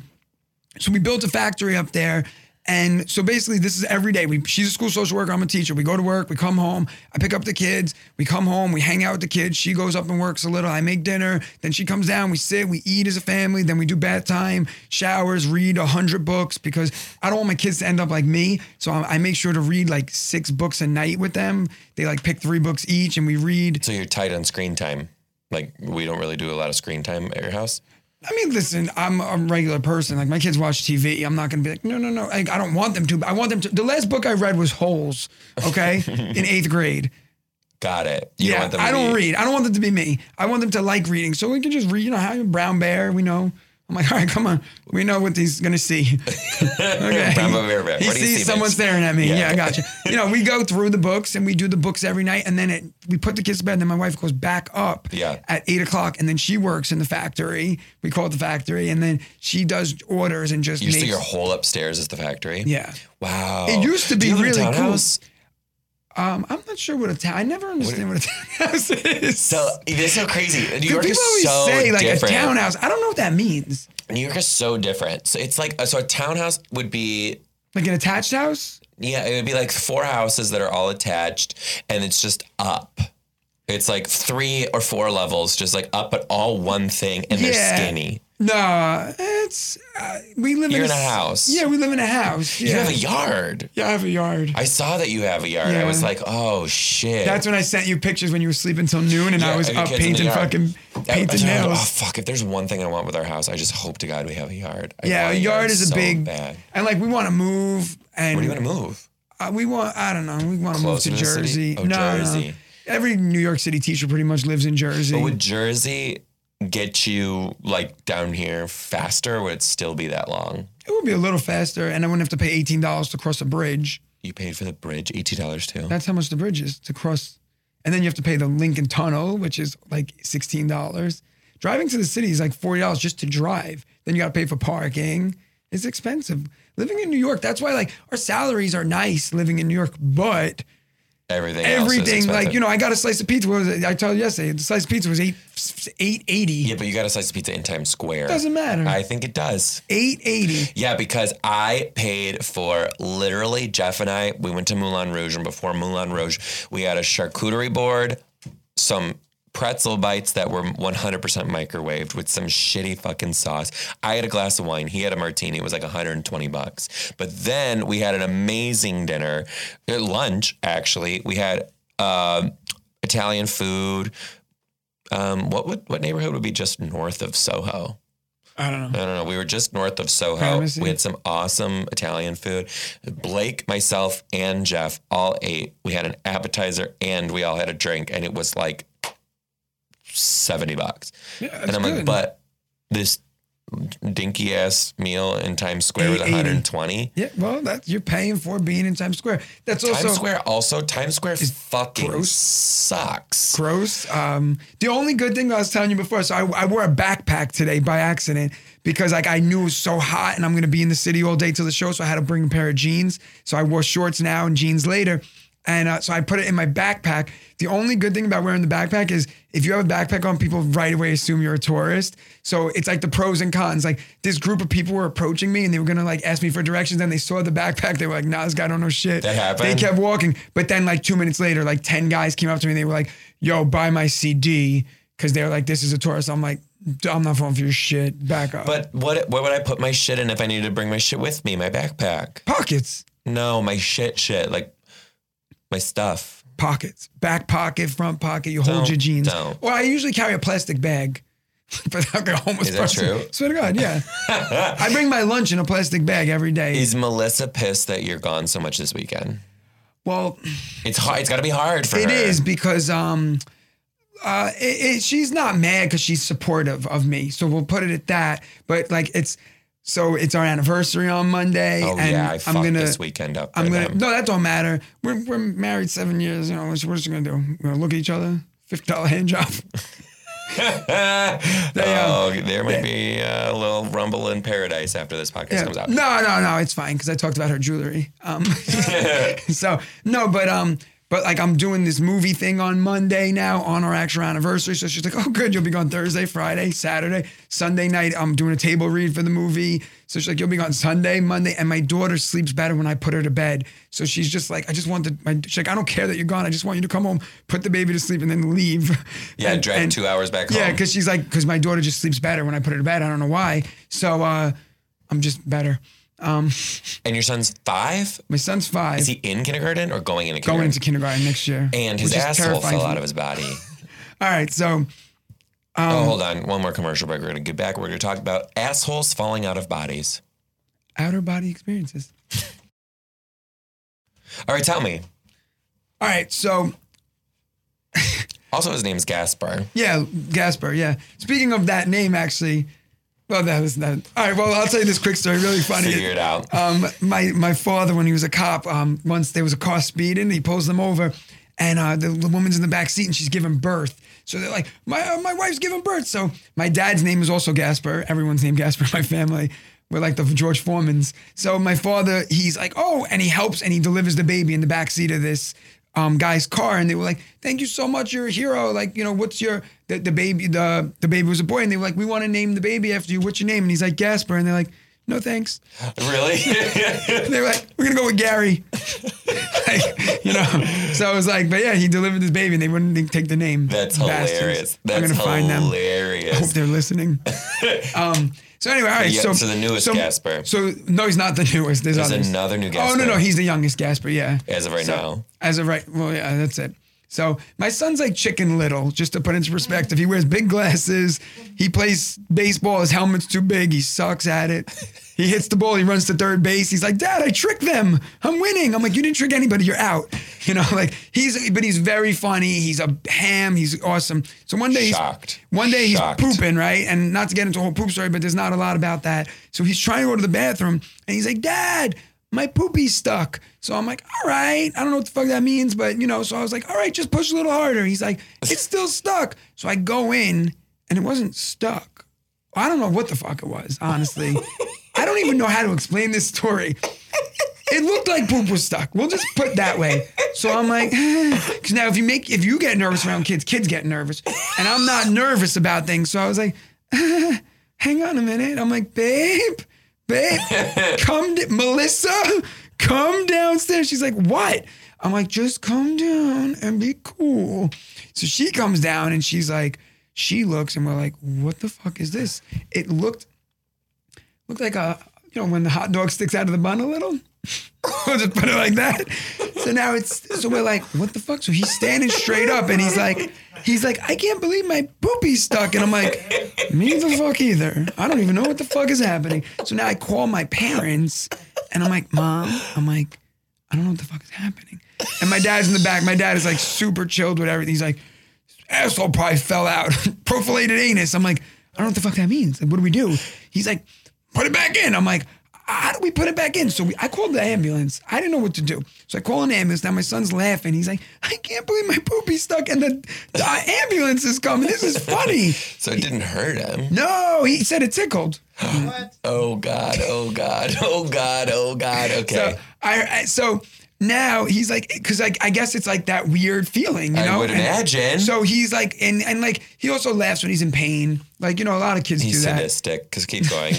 Speaker 2: so we built a factory up there. And so basically, this is every day. We, she's a school social worker. I'm a teacher. We go to work. We come home. I pick up the kids. We come home. We hang out with the kids. She goes up and works a little. I make dinner. Then she comes down. We sit. We eat as a family. Then we do bath time, showers, read a hundred books because I don't want my kids to end up like me. So I, I make sure to read like six books a night with them. They like pick three books each, and we read.
Speaker 1: So you're tight on screen time. Like we don't really do a lot of screen time at your house.
Speaker 2: I mean, listen, I'm a regular person. Like my kids watch TV. I'm not gonna be like, no, no, no. Like, I don't want them to. But I want them to. The last book I read was Holes. Okay, in eighth grade.
Speaker 1: Got it. You
Speaker 2: yeah,
Speaker 1: them to
Speaker 2: I don't
Speaker 1: be-
Speaker 2: read. I don't want them to be me. I want them to like reading. So we can just read. You know, how Brown Bear. We know. I'm like, all right, come on. We know what he's gonna see. okay.
Speaker 1: Brown Bear, Bear.
Speaker 2: He
Speaker 1: What do you
Speaker 2: sees
Speaker 1: see,
Speaker 2: someone
Speaker 1: bitch?
Speaker 2: staring at me.
Speaker 1: Yeah.
Speaker 2: Yeah, I gotcha. you know, we go through the books and we do the books every night, and then it, we put the kids to bed. And then my wife goes back up
Speaker 1: Yeah.
Speaker 2: at eight o'clock, and then she works in the factory. We call it the factory, and then she does orders and just
Speaker 1: You
Speaker 2: makes.
Speaker 1: see your whole upstairs is the factory.
Speaker 2: yeah,
Speaker 1: Wow.
Speaker 2: It used to
Speaker 1: Do you
Speaker 2: be
Speaker 1: live in a
Speaker 2: really cool.
Speaker 1: townhouse?
Speaker 2: um, I'm not sure what a town. I never understand what, a townhouse is.
Speaker 1: So that's so crazy. New
Speaker 2: Because
Speaker 1: York
Speaker 2: people
Speaker 1: is
Speaker 2: always
Speaker 1: so
Speaker 2: say like
Speaker 1: different.
Speaker 2: a townhouse. I don't know what that means.
Speaker 1: New York is so different. So it's like uh, so a townhouse would be
Speaker 2: Like an attached house?
Speaker 1: yeah, it would be like four houses that are all attached and it's just up. It's like three or four levels, just like up, but all one thing, and they're
Speaker 2: Yeah.
Speaker 1: skinny.
Speaker 2: No, it's uh, we live
Speaker 1: You're
Speaker 2: in,
Speaker 1: in a house.
Speaker 2: Yeah, we live in a house. Yeah,
Speaker 1: You have a yard.
Speaker 2: yeah I have a yard.
Speaker 1: I saw that you have a yard. I
Speaker 2: Yeah.
Speaker 1: was like, oh shit.
Speaker 2: That's when I sent you pictures when you were sleeping till noon, and
Speaker 1: Yeah,
Speaker 2: I was
Speaker 1: and the
Speaker 2: up
Speaker 1: kids in the
Speaker 2: painting
Speaker 1: yard.
Speaker 2: fucking
Speaker 1: I- I
Speaker 2: painting
Speaker 1: don't know.
Speaker 2: nails.
Speaker 1: Oh fuck! If there's one thing I want with our house, I just hope to God we have a yard. I
Speaker 2: yeah, a
Speaker 1: want
Speaker 2: yard is a
Speaker 1: so
Speaker 2: big,
Speaker 1: Bad.
Speaker 2: and like we want to move, and
Speaker 1: Where do you want to move?
Speaker 2: uh, we want I don't know, we want to move
Speaker 1: Closer
Speaker 2: to
Speaker 1: to the city?
Speaker 2: Jersey.
Speaker 1: Oh,
Speaker 2: no,
Speaker 1: Jersey.
Speaker 2: no, every New York City teacher pretty much lives in Jersey.
Speaker 1: But would Jersey get you like down here faster? Or would it still be that long?
Speaker 2: it would be a little faster, and I wouldn't have to pay eighteen dollars to cross a bridge.
Speaker 1: You paid for the bridge, eighty dollars too.
Speaker 2: That's how much the bridge is to cross. And then you have to pay the Lincoln Tunnel, which is like $16. Driving to the city is like $40 just to drive. Then you got to pay for parking. It's expensive. Living in New York, that's why like our salaries are nice living in New York, but
Speaker 1: Everything.
Speaker 2: Everything, like you
Speaker 1: know.
Speaker 2: know, I got a slice of pizza. What was it? I told you yesterday, the slice of pizza was eight eight eighty.
Speaker 1: Yeah, but you got a slice of pizza in Times Square.
Speaker 2: Doesn't matter.
Speaker 1: I think it does.
Speaker 2: Eight eighty.
Speaker 1: Yeah, because I paid for literally Jeff and I. We went to Moulin Rouge, and before Moulin Rouge, we had a charcuterie board, some pretzel bites that were 100% microwaved with some shitty fucking sauce. I had a glass of wine. He had a martini. It was like 120 bucks. But then we had an amazing dinner, uh, lunch actually. We had uh, Italian food. Um, what would what neighborhood would be just north of Soho?
Speaker 2: I don't know.
Speaker 1: I don't know. We were just north of Soho.
Speaker 2: Gramercy.
Speaker 1: We had some awesome Italian food. Blake, myself, and Jeff all ate. We had an appetizer and we all had a drink, and it was like seventy bucks.
Speaker 2: Yeah, that's
Speaker 1: and I'm
Speaker 2: good.
Speaker 1: like, but this dinky ass meal in Times Square was
Speaker 2: 880.
Speaker 1: 120.
Speaker 2: Yeah, well, that you're paying for being in Times Square. That's also
Speaker 1: Times Square also Times Square fucking
Speaker 2: gross.
Speaker 1: sucks.
Speaker 2: gross. Um, the only good thing I was telling you before, so I, I wore a backpack today by accident because like I knew it was so hot and I'm gonna be in the city all day till the show, so I had to bring a pair of jeans. So I wore shorts now and jeans later. And uh, so I put it in my backpack. The only good thing about wearing the backpack is if you have a backpack on, people right away assume you're a tourist. So it's like the pros and cons. Like this group of people were approaching me and they were gonna like ask me for directions, and they saw the backpack. They were like, "Nah, this guy don't know shit."
Speaker 1: That happened?
Speaker 2: They kept kept walking. But then, like two minutes later, like ten guys came up to me. and They were like, "Yo, buy my CD," because they were like, "This is a tourist." I'm like, "D- "I'm not falling for your shit. Back up."
Speaker 1: But what where would I put my shit in if I needed to bring my shit with me? My backpack.
Speaker 2: pockets,
Speaker 1: No, my shit, shit, like my stuff.
Speaker 2: pockets, back pocket, front pocket. You hold
Speaker 1: Don't-
Speaker 2: your jeans.
Speaker 1: don't.
Speaker 2: Or I usually carry a plastic bag. But like a homeless
Speaker 1: Is that
Speaker 2: person.
Speaker 1: true?
Speaker 2: Swear to God, yeah. I bring my lunch in a plastic bag every day.
Speaker 1: Is Melissa pissed that you're gone so much this weekend?
Speaker 2: well,
Speaker 1: It's hard. It's got to be hard for
Speaker 2: It
Speaker 1: her.
Speaker 2: is because um, uh, it, it, she's not mad because she's supportive of me. So we'll put it at that. But like it's so it's our anniversary on Monday.
Speaker 1: Oh
Speaker 2: and
Speaker 1: yeah, I fucked
Speaker 2: am gonna.
Speaker 1: this weekend up.
Speaker 2: I'm
Speaker 1: for
Speaker 2: gonna.
Speaker 1: them.
Speaker 2: No, that don't matter. We're we're married seven years. You know, what- what is she gonna do? We're gonna look at each other. Fifty dollar hand job. They, um,
Speaker 1: oh, there might be uh, a little rumble in paradise after this podcast comes out.
Speaker 2: No, no, no, it's fine because I talked about her jewelry. Um, so no, but um, but like I'm doing this movie thing on Monday now on our actual anniversary. So she's like, oh, good, you'll be gone Thursday, Friday, Saturday, Sunday night. I'm doing a table read for the movie. So she's like, you'll be gone Sunday, Monday, and my daughter sleeps better when I put her to bed. So she's just like, I just want the. My, she's like, I don't care that you're gone. I just want you to come home, put the baby to sleep, and then leave.
Speaker 1: Yeah,
Speaker 2: And-
Speaker 1: drive
Speaker 2: and-
Speaker 1: two hours back
Speaker 2: yeah,
Speaker 1: home.
Speaker 2: because she's like, because my daughter just sleeps better when I put her to bed. I don't know why. So uh, I'm just better.
Speaker 1: and your son's five.
Speaker 2: My son's five,
Speaker 1: Is he in kindergarten or going into
Speaker 2: going
Speaker 1: kindergarten?
Speaker 2: into kindergarten next year,
Speaker 1: and his
Speaker 2: which is
Speaker 1: asshole fell
Speaker 2: terrifying for me. Um,
Speaker 1: out of his body.
Speaker 2: All right, so
Speaker 1: oh, hold on. One more commercial break. We're going to get back. We're going to talk about assholes falling out of bodies.
Speaker 2: outer body experiences.
Speaker 1: All right, tell me.
Speaker 2: All right, so
Speaker 1: Also, his name's Gaspar.
Speaker 2: yeah, Gasper. Yeah. Speaking of that name, actually, well, that was not. All right, well, I'll tell you this quick story. Really funny.
Speaker 1: Figure it out.
Speaker 2: um, my my father when he was a cop. Um, once there was a car speeding, he pulls them over, and uh, the, the woman's in the back seat and she's giving birth. So they're like, my uh, my wife's giving birth. So my dad's name is also Gasper. Everyone's named Gasper in my family. We're like the George Foremans. So my father, he's like, oh, and he helps and he delivers the baby in the back seat of this um, guy's car, and they were like, "Thank you so much, you're a hero." Like, you know, what's your the, the baby? The the baby was a boy, and they were like, "We want to name the baby after you. What's your name?" And he's like, "Gasper," and they're like, "No thanks."
Speaker 1: Really?
Speaker 2: And they were like, we're gonna go with Gary. like, you know. So I was like, but yeah, he delivered this baby and they wouldn't take the name.
Speaker 1: That's
Speaker 2: Bastards.
Speaker 1: hilarious.
Speaker 2: I'm
Speaker 1: That's
Speaker 2: gonna find them. I hope
Speaker 1: hilarious.
Speaker 2: they're listening. um so anyway, all right.
Speaker 1: Yeah,
Speaker 2: so,
Speaker 1: so the newest
Speaker 2: so,
Speaker 1: Gasper.
Speaker 2: So no, he's not the newest. There's,
Speaker 1: There's
Speaker 2: others.
Speaker 1: another new
Speaker 2: Oh
Speaker 1: Gasper.
Speaker 2: no, no, he's the youngest Gasper, yeah.
Speaker 1: As of right
Speaker 2: So-
Speaker 1: now.
Speaker 2: As of right well, yeah, that's it. So my son's like chicken little, just to put into perspective. He wears big glasses. He plays baseball. His helmet's too big. He sucks at it. He hits the ball. He runs to third base. He's like, Dad, I tricked them. I'm winning. I'm like, you didn't trick anybody. You're out. You know, like he's, but he's very funny. He's a ham. He's awesome. So one day, he's-
Speaker 1: Shocked.
Speaker 2: one day he's
Speaker 1: Shocked.
Speaker 2: pooping pooping, right? And not to get into a whole poop story, but there's not a lot about that. So he's trying to go to the bathroom and he's like, Dad, my poopy's stuck. So I'm like, all right. I don't know what the fuck that means, but you know, so I was like, all right, just push a little harder. He's like, it's still stuck. So I go in and it wasn't stuck. I don't know what the fuck it was, honestly. I don't even know how to explain this story. It looked like poop was stuck. We'll just put it that way. So I'm like, because now if you make if you get nervous around kids, kids get nervous, and I'm not nervous about things. So I was like, hang on a minute. I'm like, babe, babe, come, d- Melissa, come downstairs. She's like, what? I'm like, just come down and be cool. So she comes down and she's like, she looks and we're like, what the fuck is this? It looked looked like a you know when the hot dog sticks out of the bun a little. we'll just put it like that. So now it's so we're like, what the fuck? So he's standing straight up and he's like, he's like, I can't believe my poopy's stuck. And I'm like, me the fuck either. I don't even know what the fuck is happening. So now I call my parents and I'm like, mom, I'm like, I don't know what the fuck is happening. And my dad's in the back. My dad is like super chilled with everything. He's like, asshole probably fell out, profilated anus. I'm like, I don't know what the fuck that means. Like, what do we do? He's like, put it back in. I'm like, how do we put it back in? So we, I called the ambulance. I didn't know what to do. So I call an ambulance. Now my son's laughing. He's like, I can't believe my poopy's stuck and the, the uh, ambulance is coming. This is funny.
Speaker 1: So it didn't hurt him.
Speaker 2: No, he said it tickled.
Speaker 3: What?
Speaker 1: Oh God! Oh God! Oh God! Oh God! Okay.
Speaker 2: So I, I so now he's like because like I guess it's like that weird feeling, you
Speaker 1: I
Speaker 2: know.
Speaker 1: would
Speaker 2: And
Speaker 1: imagine.
Speaker 2: So he's like and and like he also laughs when he's in pain. Like you know, a lot of kids
Speaker 1: He's
Speaker 2: do that.
Speaker 1: sadistic. Cause keep going.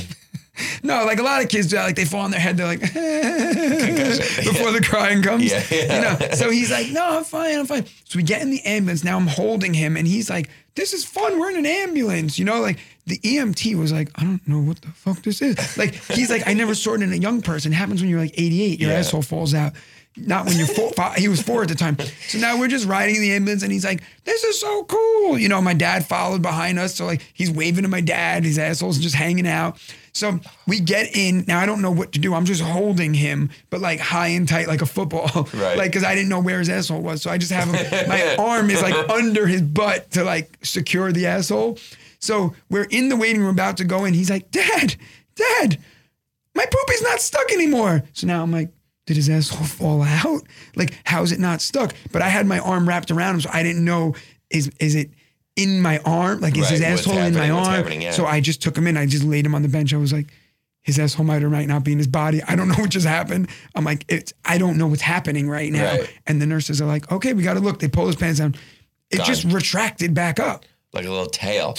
Speaker 2: No, like a lot of kids do that. Like they fall on their head, they're like before the crying comes.
Speaker 1: Yeah, yeah.
Speaker 2: You know. So he's like, No, I'm fine, I'm fine. So we get in the ambulance. Now I'm holding him and he's like, This is fun. We're in an ambulance. You know, like the EMT was like, I don't know what the fuck this is. Like he's like, I never saw it in a young person. It happens when you're like 88, your
Speaker 1: Yeah.
Speaker 2: asshole falls out. Not when you're four, five, he was four at the time. So now we're just riding in the ambulance, and he's like, "This is so cool," you know. My dad followed behind us, so like he's waving to my dad. His assholes just hanging out. So we get in. Now I don't know what to do. I'm just holding him, but like high and tight, like a football,
Speaker 1: Right.
Speaker 2: like because I didn't know where his asshole was. So I just have him. my arm is like under his butt to like secure the asshole. So we're in the waiting room, about to go in. He's like, "Dad, Dad." my poopy's not stuck anymore. So now I'm like, did his asshole fall out? Like, how's it not stuck? But I had my arm wrapped around him, so I didn't know is is it in my arm? Like, is his
Speaker 1: Right, what's
Speaker 2: asshole in my
Speaker 1: happening, what's
Speaker 2: arm?
Speaker 1: happening, yeah.
Speaker 2: So I just took him in. I just laid him on the bench. I was like, his asshole might or might not be in his body. I don't know what just happened. I'm like, it's I don't know what's happening right now.
Speaker 1: Right.
Speaker 2: And the nurses are like, okay, we got to look. They pull his pants down. It
Speaker 1: Gone.
Speaker 2: just retracted back up.
Speaker 1: like a little tail.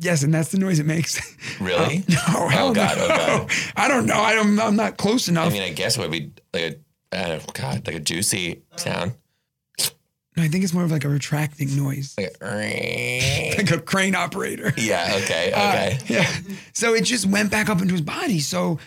Speaker 2: Yes, and that's the noise it makes.
Speaker 1: Really?
Speaker 2: no, hell
Speaker 1: God,
Speaker 2: no.
Speaker 1: oh, God.
Speaker 2: I don't know. I don't. I'm not close enough.
Speaker 1: I mean, I guess it would be like a uh, God, like a juicy sound.
Speaker 2: No, I think it's more of like a retracting noise,
Speaker 1: Like a,
Speaker 2: like a crane operator.
Speaker 1: yeah. Okay.
Speaker 2: Uh,
Speaker 1: Okay.
Speaker 2: yeah. So it just went back up into his body. So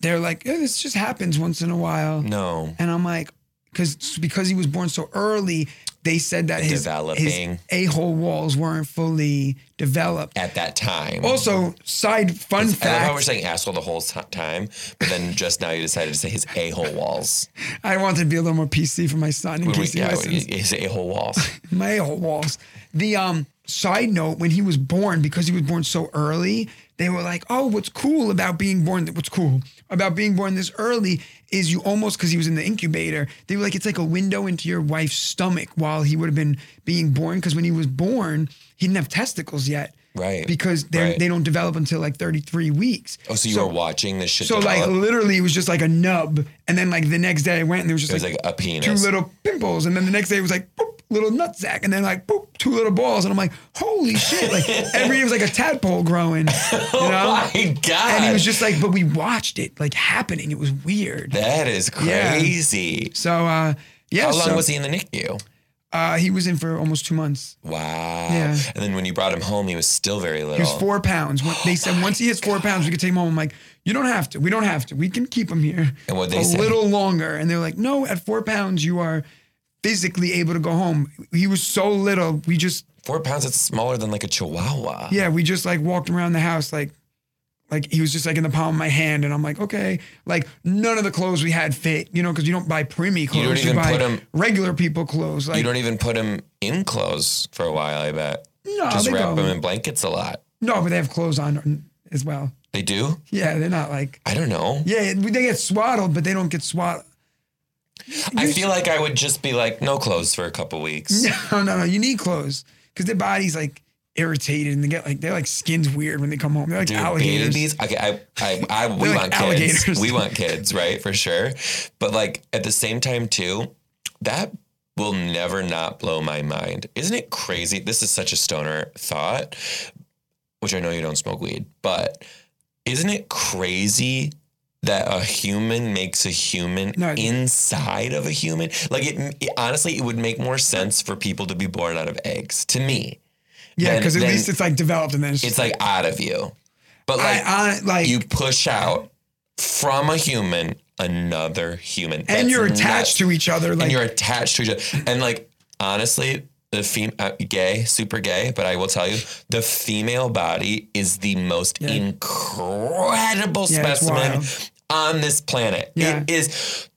Speaker 2: they're like, yeah, this just happens once in a while.
Speaker 1: no.
Speaker 2: And I'm like, because because he was born so early, they said that his his
Speaker 1: Developing.
Speaker 2: a hole walls weren't fully developed.
Speaker 1: At that time.
Speaker 2: Also, side
Speaker 1: I
Speaker 2: fun
Speaker 1: love how we're
Speaker 2: fact:
Speaker 1: saying asshole the whole ti- time, but then just now you decided to say his a hole walls.
Speaker 2: I wanted to be a little more PC for my son in
Speaker 1: When we-
Speaker 2: case he
Speaker 1: yeah,
Speaker 2: listens.
Speaker 1: his a hole walls.
Speaker 2: my whole walls. The um side note, when he was born, because he was born so early, they were like, "Oh, what's cool about being born? What's cool about being born this early is you almost because he was in the incubator. They were like, it's like a window into your wife's stomach while he would have been being born. Because when he was born, he didn't have testicles yet,
Speaker 1: Right.
Speaker 2: Because they
Speaker 1: Right.
Speaker 2: they don't develop until like 33 weeks.
Speaker 1: Oh, so you were watching this shit.
Speaker 2: So like
Speaker 1: develop?
Speaker 2: literally, it was just like a nub, and then like the next day I went and there was just
Speaker 1: it was
Speaker 2: like
Speaker 1: like a penis.
Speaker 2: two little pimples, and then the next day it was like boop, little nutsack, and then like boop, two little balls, and I'm like, holy shit! Like every day it was like a tadpole growing, you
Speaker 1: oh
Speaker 2: know.
Speaker 1: my god!
Speaker 2: and he was just like, but we watched it like happening. It was weird.
Speaker 1: that is
Speaker 2: Yeah.
Speaker 1: crazy.
Speaker 2: So uh, yeah.
Speaker 1: How long
Speaker 2: so,
Speaker 1: was he in the NICU?
Speaker 2: Uh, he was in for almost two months.
Speaker 1: Wow.
Speaker 2: Yeah.
Speaker 1: And then when you brought him home, he was still very little.
Speaker 2: He was four pounds. When- they
Speaker 1: Oh
Speaker 2: said once he hits four pounds, we can take him home. I'm like, you don't have to. We don't have to. We can keep him here
Speaker 1: And what'd they
Speaker 2: a
Speaker 1: say?
Speaker 2: little longer. And they were like, no, at four pounds, you are physically able to go home. He was so little. We just
Speaker 1: Four pounds. It's smaller than like a chihuahua.
Speaker 2: yeah, we just like walked around the house like like he was just like in the palm of my hand and I'm like, okay, like none of the clothes we had fit, you know, because you don't buy preemie clothes.
Speaker 1: even
Speaker 2: buy
Speaker 1: put 'em-
Speaker 2: regular people clothes.
Speaker 1: You
Speaker 2: Like
Speaker 1: don't even put him in clothes for a while. I bet.
Speaker 2: No,
Speaker 1: Just
Speaker 2: they
Speaker 1: wrap
Speaker 2: go-
Speaker 1: him in blankets a lot.
Speaker 2: no, but they have clothes on as well.
Speaker 1: They do.
Speaker 2: Yeah, they're not like
Speaker 1: I don't know.
Speaker 2: yeah, they get swaddled, but they don't get swaddled.
Speaker 1: I feel like I would just be like no clothes for a couple weeks.
Speaker 2: No, no, no. You need clothes because their body's like irritated and they get like their like skin's weird when they come home. They're like
Speaker 1: Dude,
Speaker 2: alligators.
Speaker 1: babies. Okay, I, I, I we
Speaker 2: They're like
Speaker 1: want
Speaker 2: alligators.
Speaker 1: kids. We want kids, right? For sure. But like at the same time too, That will never not blow my mind. Isn't it crazy? This is such a stoner thought, which I know you don't smoke weed, but isn't it crazy that a human makes a human
Speaker 2: No, I-
Speaker 1: inside of a human? Like it, it- honestly, it would make more sense for people to be born out of eggs to me.
Speaker 2: Yeah,
Speaker 1: Then-
Speaker 2: because at
Speaker 1: then
Speaker 2: least it's like developed and then it's just
Speaker 1: it's like out of you. But like
Speaker 2: I, I, like
Speaker 1: you push out from a human another human
Speaker 2: and you're attached to each other. Like
Speaker 1: and you're attached to each other and like honestly the fem- uh, gay super gay but i will tell you the female body is the most
Speaker 2: Yeah.
Speaker 1: incredible
Speaker 2: Yeah, it's
Speaker 1: specimen
Speaker 2: wild.
Speaker 1: on this planet
Speaker 2: Yeah.
Speaker 1: it is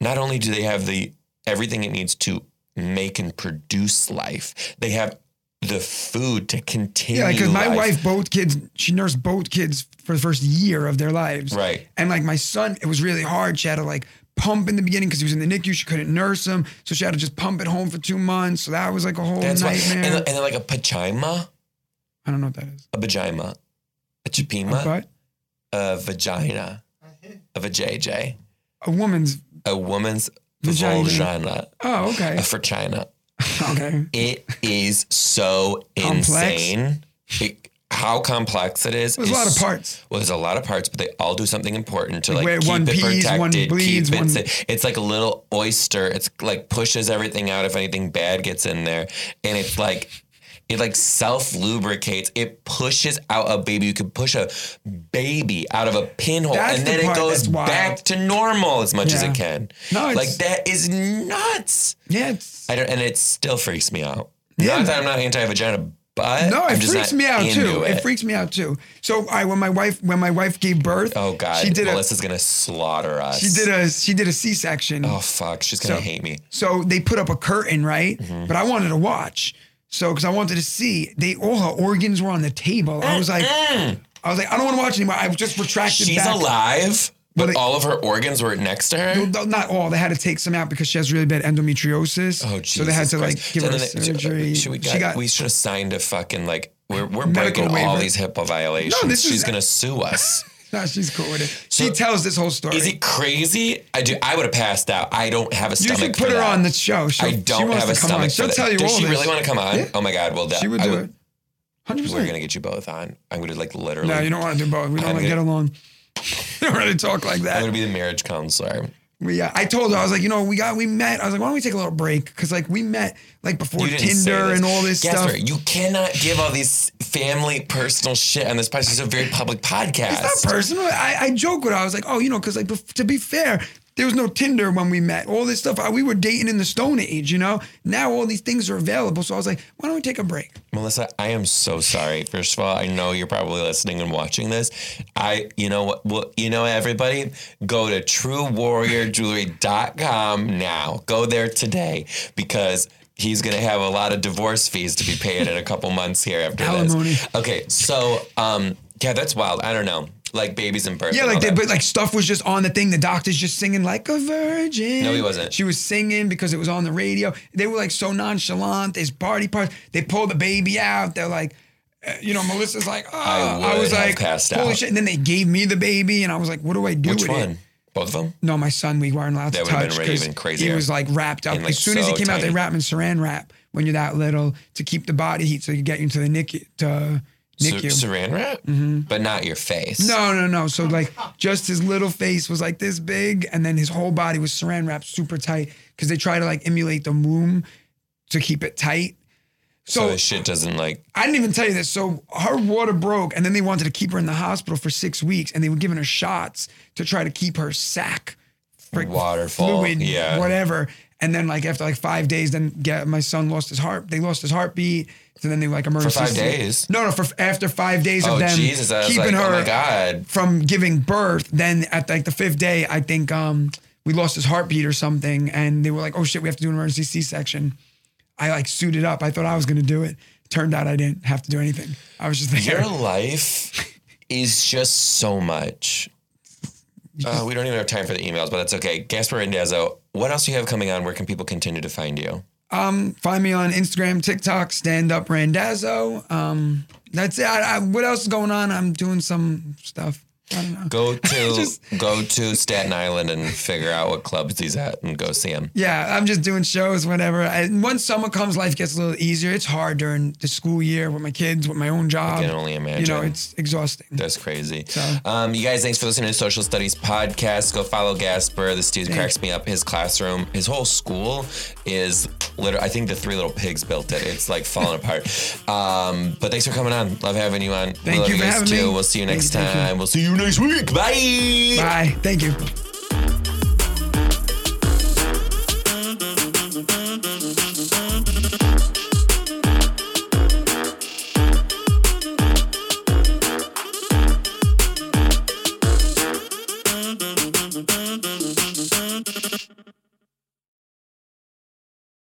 Speaker 1: not only do they have the everything it needs to make and produce life they have the food to continue
Speaker 2: yeah, because my
Speaker 1: life.
Speaker 2: wife, both kids, she nursed both kids for the first year of their lives.
Speaker 1: right
Speaker 2: And like my son, it was really hard. She had to like pump in the beginning because he was in the NICU. She couldn't nurse him, so she had to just pump at home for two months. So that was like a whole
Speaker 1: that's why
Speaker 2: nightmare.
Speaker 1: and, uh, and then like a pachima
Speaker 2: I don't know what that is.
Speaker 1: a vagina, a
Speaker 2: A
Speaker 1: chapima,
Speaker 2: butt,
Speaker 1: a vagina, a vajayjay,
Speaker 2: a woman's.
Speaker 1: a woman's
Speaker 2: Vagina.
Speaker 1: vagina, a
Speaker 2: Oh, okay.
Speaker 1: for China.
Speaker 2: okay.
Speaker 1: It is so
Speaker 2: Complex.
Speaker 1: insane. It- how complex it is.
Speaker 2: There's a
Speaker 1: is
Speaker 2: lot of
Speaker 1: so-
Speaker 2: parts.
Speaker 1: Well, there's a lot of parts, but they all do something important to
Speaker 2: Like
Speaker 1: like,
Speaker 2: where
Speaker 1: keep
Speaker 2: one
Speaker 1: it
Speaker 2: pees,
Speaker 1: protected.
Speaker 2: one bleeds,
Speaker 1: keep it
Speaker 2: one-
Speaker 1: sa- It's like a little oyster. It's like pushes everything out if anything bad gets in there, and it's like it like self lubricates. It pushes out a baby. You can push a baby out of a pinhole,
Speaker 2: That's
Speaker 1: and
Speaker 2: the
Speaker 1: then it
Speaker 2: part
Speaker 1: goes
Speaker 2: that's wild.
Speaker 1: back to normal as much as
Speaker 2: Yeah.
Speaker 1: it can.
Speaker 2: No, it's-
Speaker 1: like that is nuts.
Speaker 2: Yeah. It's,
Speaker 1: I don't, and it still freaks me out.
Speaker 2: Yeah.
Speaker 1: Not that I'm not anti-vagina, but
Speaker 2: no,
Speaker 1: I'm
Speaker 2: it
Speaker 1: just
Speaker 2: freaks
Speaker 1: not
Speaker 2: me out
Speaker 1: into
Speaker 2: too. It.
Speaker 1: It.
Speaker 2: freaks me out too. So I when my wife when my wife gave birth,
Speaker 1: Oh God,
Speaker 2: she did
Speaker 1: Melissa's gonna slaughter us.
Speaker 2: a she did a she did a C section.
Speaker 1: Oh fuck, she's gonna
Speaker 2: So-
Speaker 1: hate me.
Speaker 2: So they put up a curtain, right?
Speaker 1: Mm-hmm.
Speaker 2: But I wanted to watch. So because I wanted to see, they all her organs were on the table. I was like, I was like, I don't want to watch anymore. I just retracted.
Speaker 1: She's
Speaker 2: back.
Speaker 1: alive, but
Speaker 2: Well, they-
Speaker 1: all of her organs were next to her.
Speaker 2: Though Not all. They had to take some out because she has really bad endometriosis.
Speaker 1: Oh Jesus!
Speaker 2: So they had to like
Speaker 1: Christ.
Speaker 2: give
Speaker 1: So
Speaker 2: her
Speaker 1: then they-
Speaker 2: surgery.
Speaker 1: Should we, got,
Speaker 2: she got.
Speaker 1: we should have signed a fucking like we're we're
Speaker 2: Medical
Speaker 1: breaking all
Speaker 2: waiver.
Speaker 1: these HIPAA violations.
Speaker 2: No, this
Speaker 1: she's
Speaker 2: is-
Speaker 1: gonna sue us.
Speaker 2: nah, she's cool with it. She
Speaker 1: So-
Speaker 2: tells this whole story.
Speaker 1: Is it crazy? I do. I would have passed out. I don't have a
Speaker 2: you
Speaker 1: stomach.
Speaker 2: should
Speaker 1: for
Speaker 2: put her
Speaker 1: that.
Speaker 2: on the show. She'll,
Speaker 1: I
Speaker 2: she
Speaker 1: don't
Speaker 2: wants
Speaker 1: have a
Speaker 2: to come
Speaker 1: stomach.
Speaker 2: on. She'll
Speaker 1: for that.
Speaker 2: tell you
Speaker 1: Does
Speaker 2: all
Speaker 1: she
Speaker 2: this.
Speaker 1: really want to come on?
Speaker 2: Yeah.
Speaker 1: Oh my god! Well, that,
Speaker 2: She would
Speaker 1: I
Speaker 2: do it. Hundred
Speaker 1: We're gonna
Speaker 2: percent.
Speaker 1: get you both on. I'm gonna like literally.
Speaker 2: No, you don't want to do both. We don't
Speaker 1: I'm
Speaker 2: want
Speaker 1: gonna-
Speaker 2: to get along. We don't really talk like
Speaker 1: I'm
Speaker 2: that.
Speaker 1: gonna be the marriage counselor.
Speaker 2: We, uh, I told her I was like, you know, we got we met. I was like, why don't we take a little break? Because like we met like before
Speaker 1: You didn't say
Speaker 2: Tinder
Speaker 1: this.
Speaker 2: and all this
Speaker 1: Gasper,
Speaker 2: stuff.
Speaker 1: You cannot give all these family personal shit on this podcast. It's a very public podcast.
Speaker 2: It's not personal. I, I joke with her. I was like, oh, you know, because like bef- to be fair, there was no Tinder when we met. All this stuff. I, we were dating in the Stone Age, you know. Now all these things are available. So I was like, why don't we take a break?
Speaker 1: Melissa, I am so sorry. First of all, I know you're probably listening and watching this. I, you know what, well, you know, everybody, go to truewarriorjewelry.com now. Go there today because he's going to have a lot of divorce fees to be paid in a couple months here after
Speaker 2: Alimony.
Speaker 1: this. Okay, so, um, yeah, that's wild. I don't know. Like babies and birth.
Speaker 2: Yeah,
Speaker 1: and
Speaker 2: like
Speaker 1: all
Speaker 2: they,
Speaker 1: that.
Speaker 2: but like stuff was just on the thing. The doctor's just singing like a virgin.
Speaker 1: No, he wasn't.
Speaker 2: She was singing because it was on the radio. They were like so nonchalant. There's party parts. They pull the baby out. They're like, uh, you know, Melissa's like, oh, I,
Speaker 1: would
Speaker 2: was
Speaker 1: have
Speaker 2: like,
Speaker 1: passed
Speaker 2: holy
Speaker 1: out.
Speaker 2: shit. And then they gave me the baby, and I was like, what do I do
Speaker 1: Which
Speaker 2: with
Speaker 1: one?
Speaker 2: it?
Speaker 1: Both of them?
Speaker 2: No, my son, we weren't allowed
Speaker 1: That
Speaker 2: to
Speaker 1: would've been
Speaker 2: touch.
Speaker 1: really
Speaker 2: 'cause
Speaker 1: even
Speaker 2: He
Speaker 1: crazier.
Speaker 2: was like wrapped up.
Speaker 1: And, like,
Speaker 2: as soon as he
Speaker 1: so
Speaker 2: came out, they
Speaker 1: tiny.
Speaker 2: wrap him in saran wrap when you're that little to keep the body heat so you get you into the NICU. To,
Speaker 1: Sur-
Speaker 2: NICU.
Speaker 1: saran wrap? Mm-hmm. But not your face.
Speaker 2: No, no, no. So like just his little face was like this big and then his whole body was saran wrapped super tight because they try to like emulate the womb to keep it tight.
Speaker 1: So
Speaker 2: So,
Speaker 1: the shit doesn't like
Speaker 2: I didn't even tell you this. So her water broke and then they wanted to keep her in the hospital for six weeks and they were giving her shots to try to keep her sac frick,
Speaker 1: Waterfall,
Speaker 2: fluid,
Speaker 1: yeah.
Speaker 2: whatever. And then like after like five days, then get my son lost his heart. They lost his heartbeat. So then they like emergency.
Speaker 1: five days?
Speaker 2: No, no. For after five days
Speaker 1: Oh
Speaker 2: of them
Speaker 1: Jesus! I was like,
Speaker 2: keeping her
Speaker 1: oh my God!
Speaker 2: from giving birth. Then at like the fifth day, I think um, we lost his heartbeat or something, and they were like, "Oh shit, we have to do an emergency C-section." I like suited up. I thought I was gonna do it. Turned out I didn't have to do anything. I was just there.
Speaker 1: Your life is just so much. Uh, we don't even have time for the emails, but that's okay. Gasper Rendazzo, what else do you have coming on? Where can people continue to find you?
Speaker 2: Find me on Instagram, TikTok, Stand Up Randazzo. Um, that's it. I, I, what else is going on? I'm doing some stuff.
Speaker 1: Go to go to Staten Island and figure out what clubs he's at and go see him.
Speaker 2: Yeah, I'm just doing shows whenever. I, once summer comes, life gets a little easier. It's hard during the school year with my kids, with my own job.
Speaker 1: can only
Speaker 2: You know,
Speaker 1: imagine.
Speaker 2: it's exhausting.
Speaker 1: That's crazy. Um, you guys, thanks for listening to Social Studies Podcast. Go follow Gasper. This dude cracks me up. His classroom, his whole school is literally, I think the three little pigs built it. It's like falling apart. Um, but thanks for coming on. Love having you on.
Speaker 2: Thank
Speaker 1: Love
Speaker 2: you for
Speaker 1: guys
Speaker 2: having
Speaker 1: too.
Speaker 2: me.
Speaker 1: We'll see you
Speaker 2: Thank
Speaker 1: next
Speaker 2: you, thank you.
Speaker 1: time. We'll see you next week. Bye.
Speaker 2: Bye. Thank you.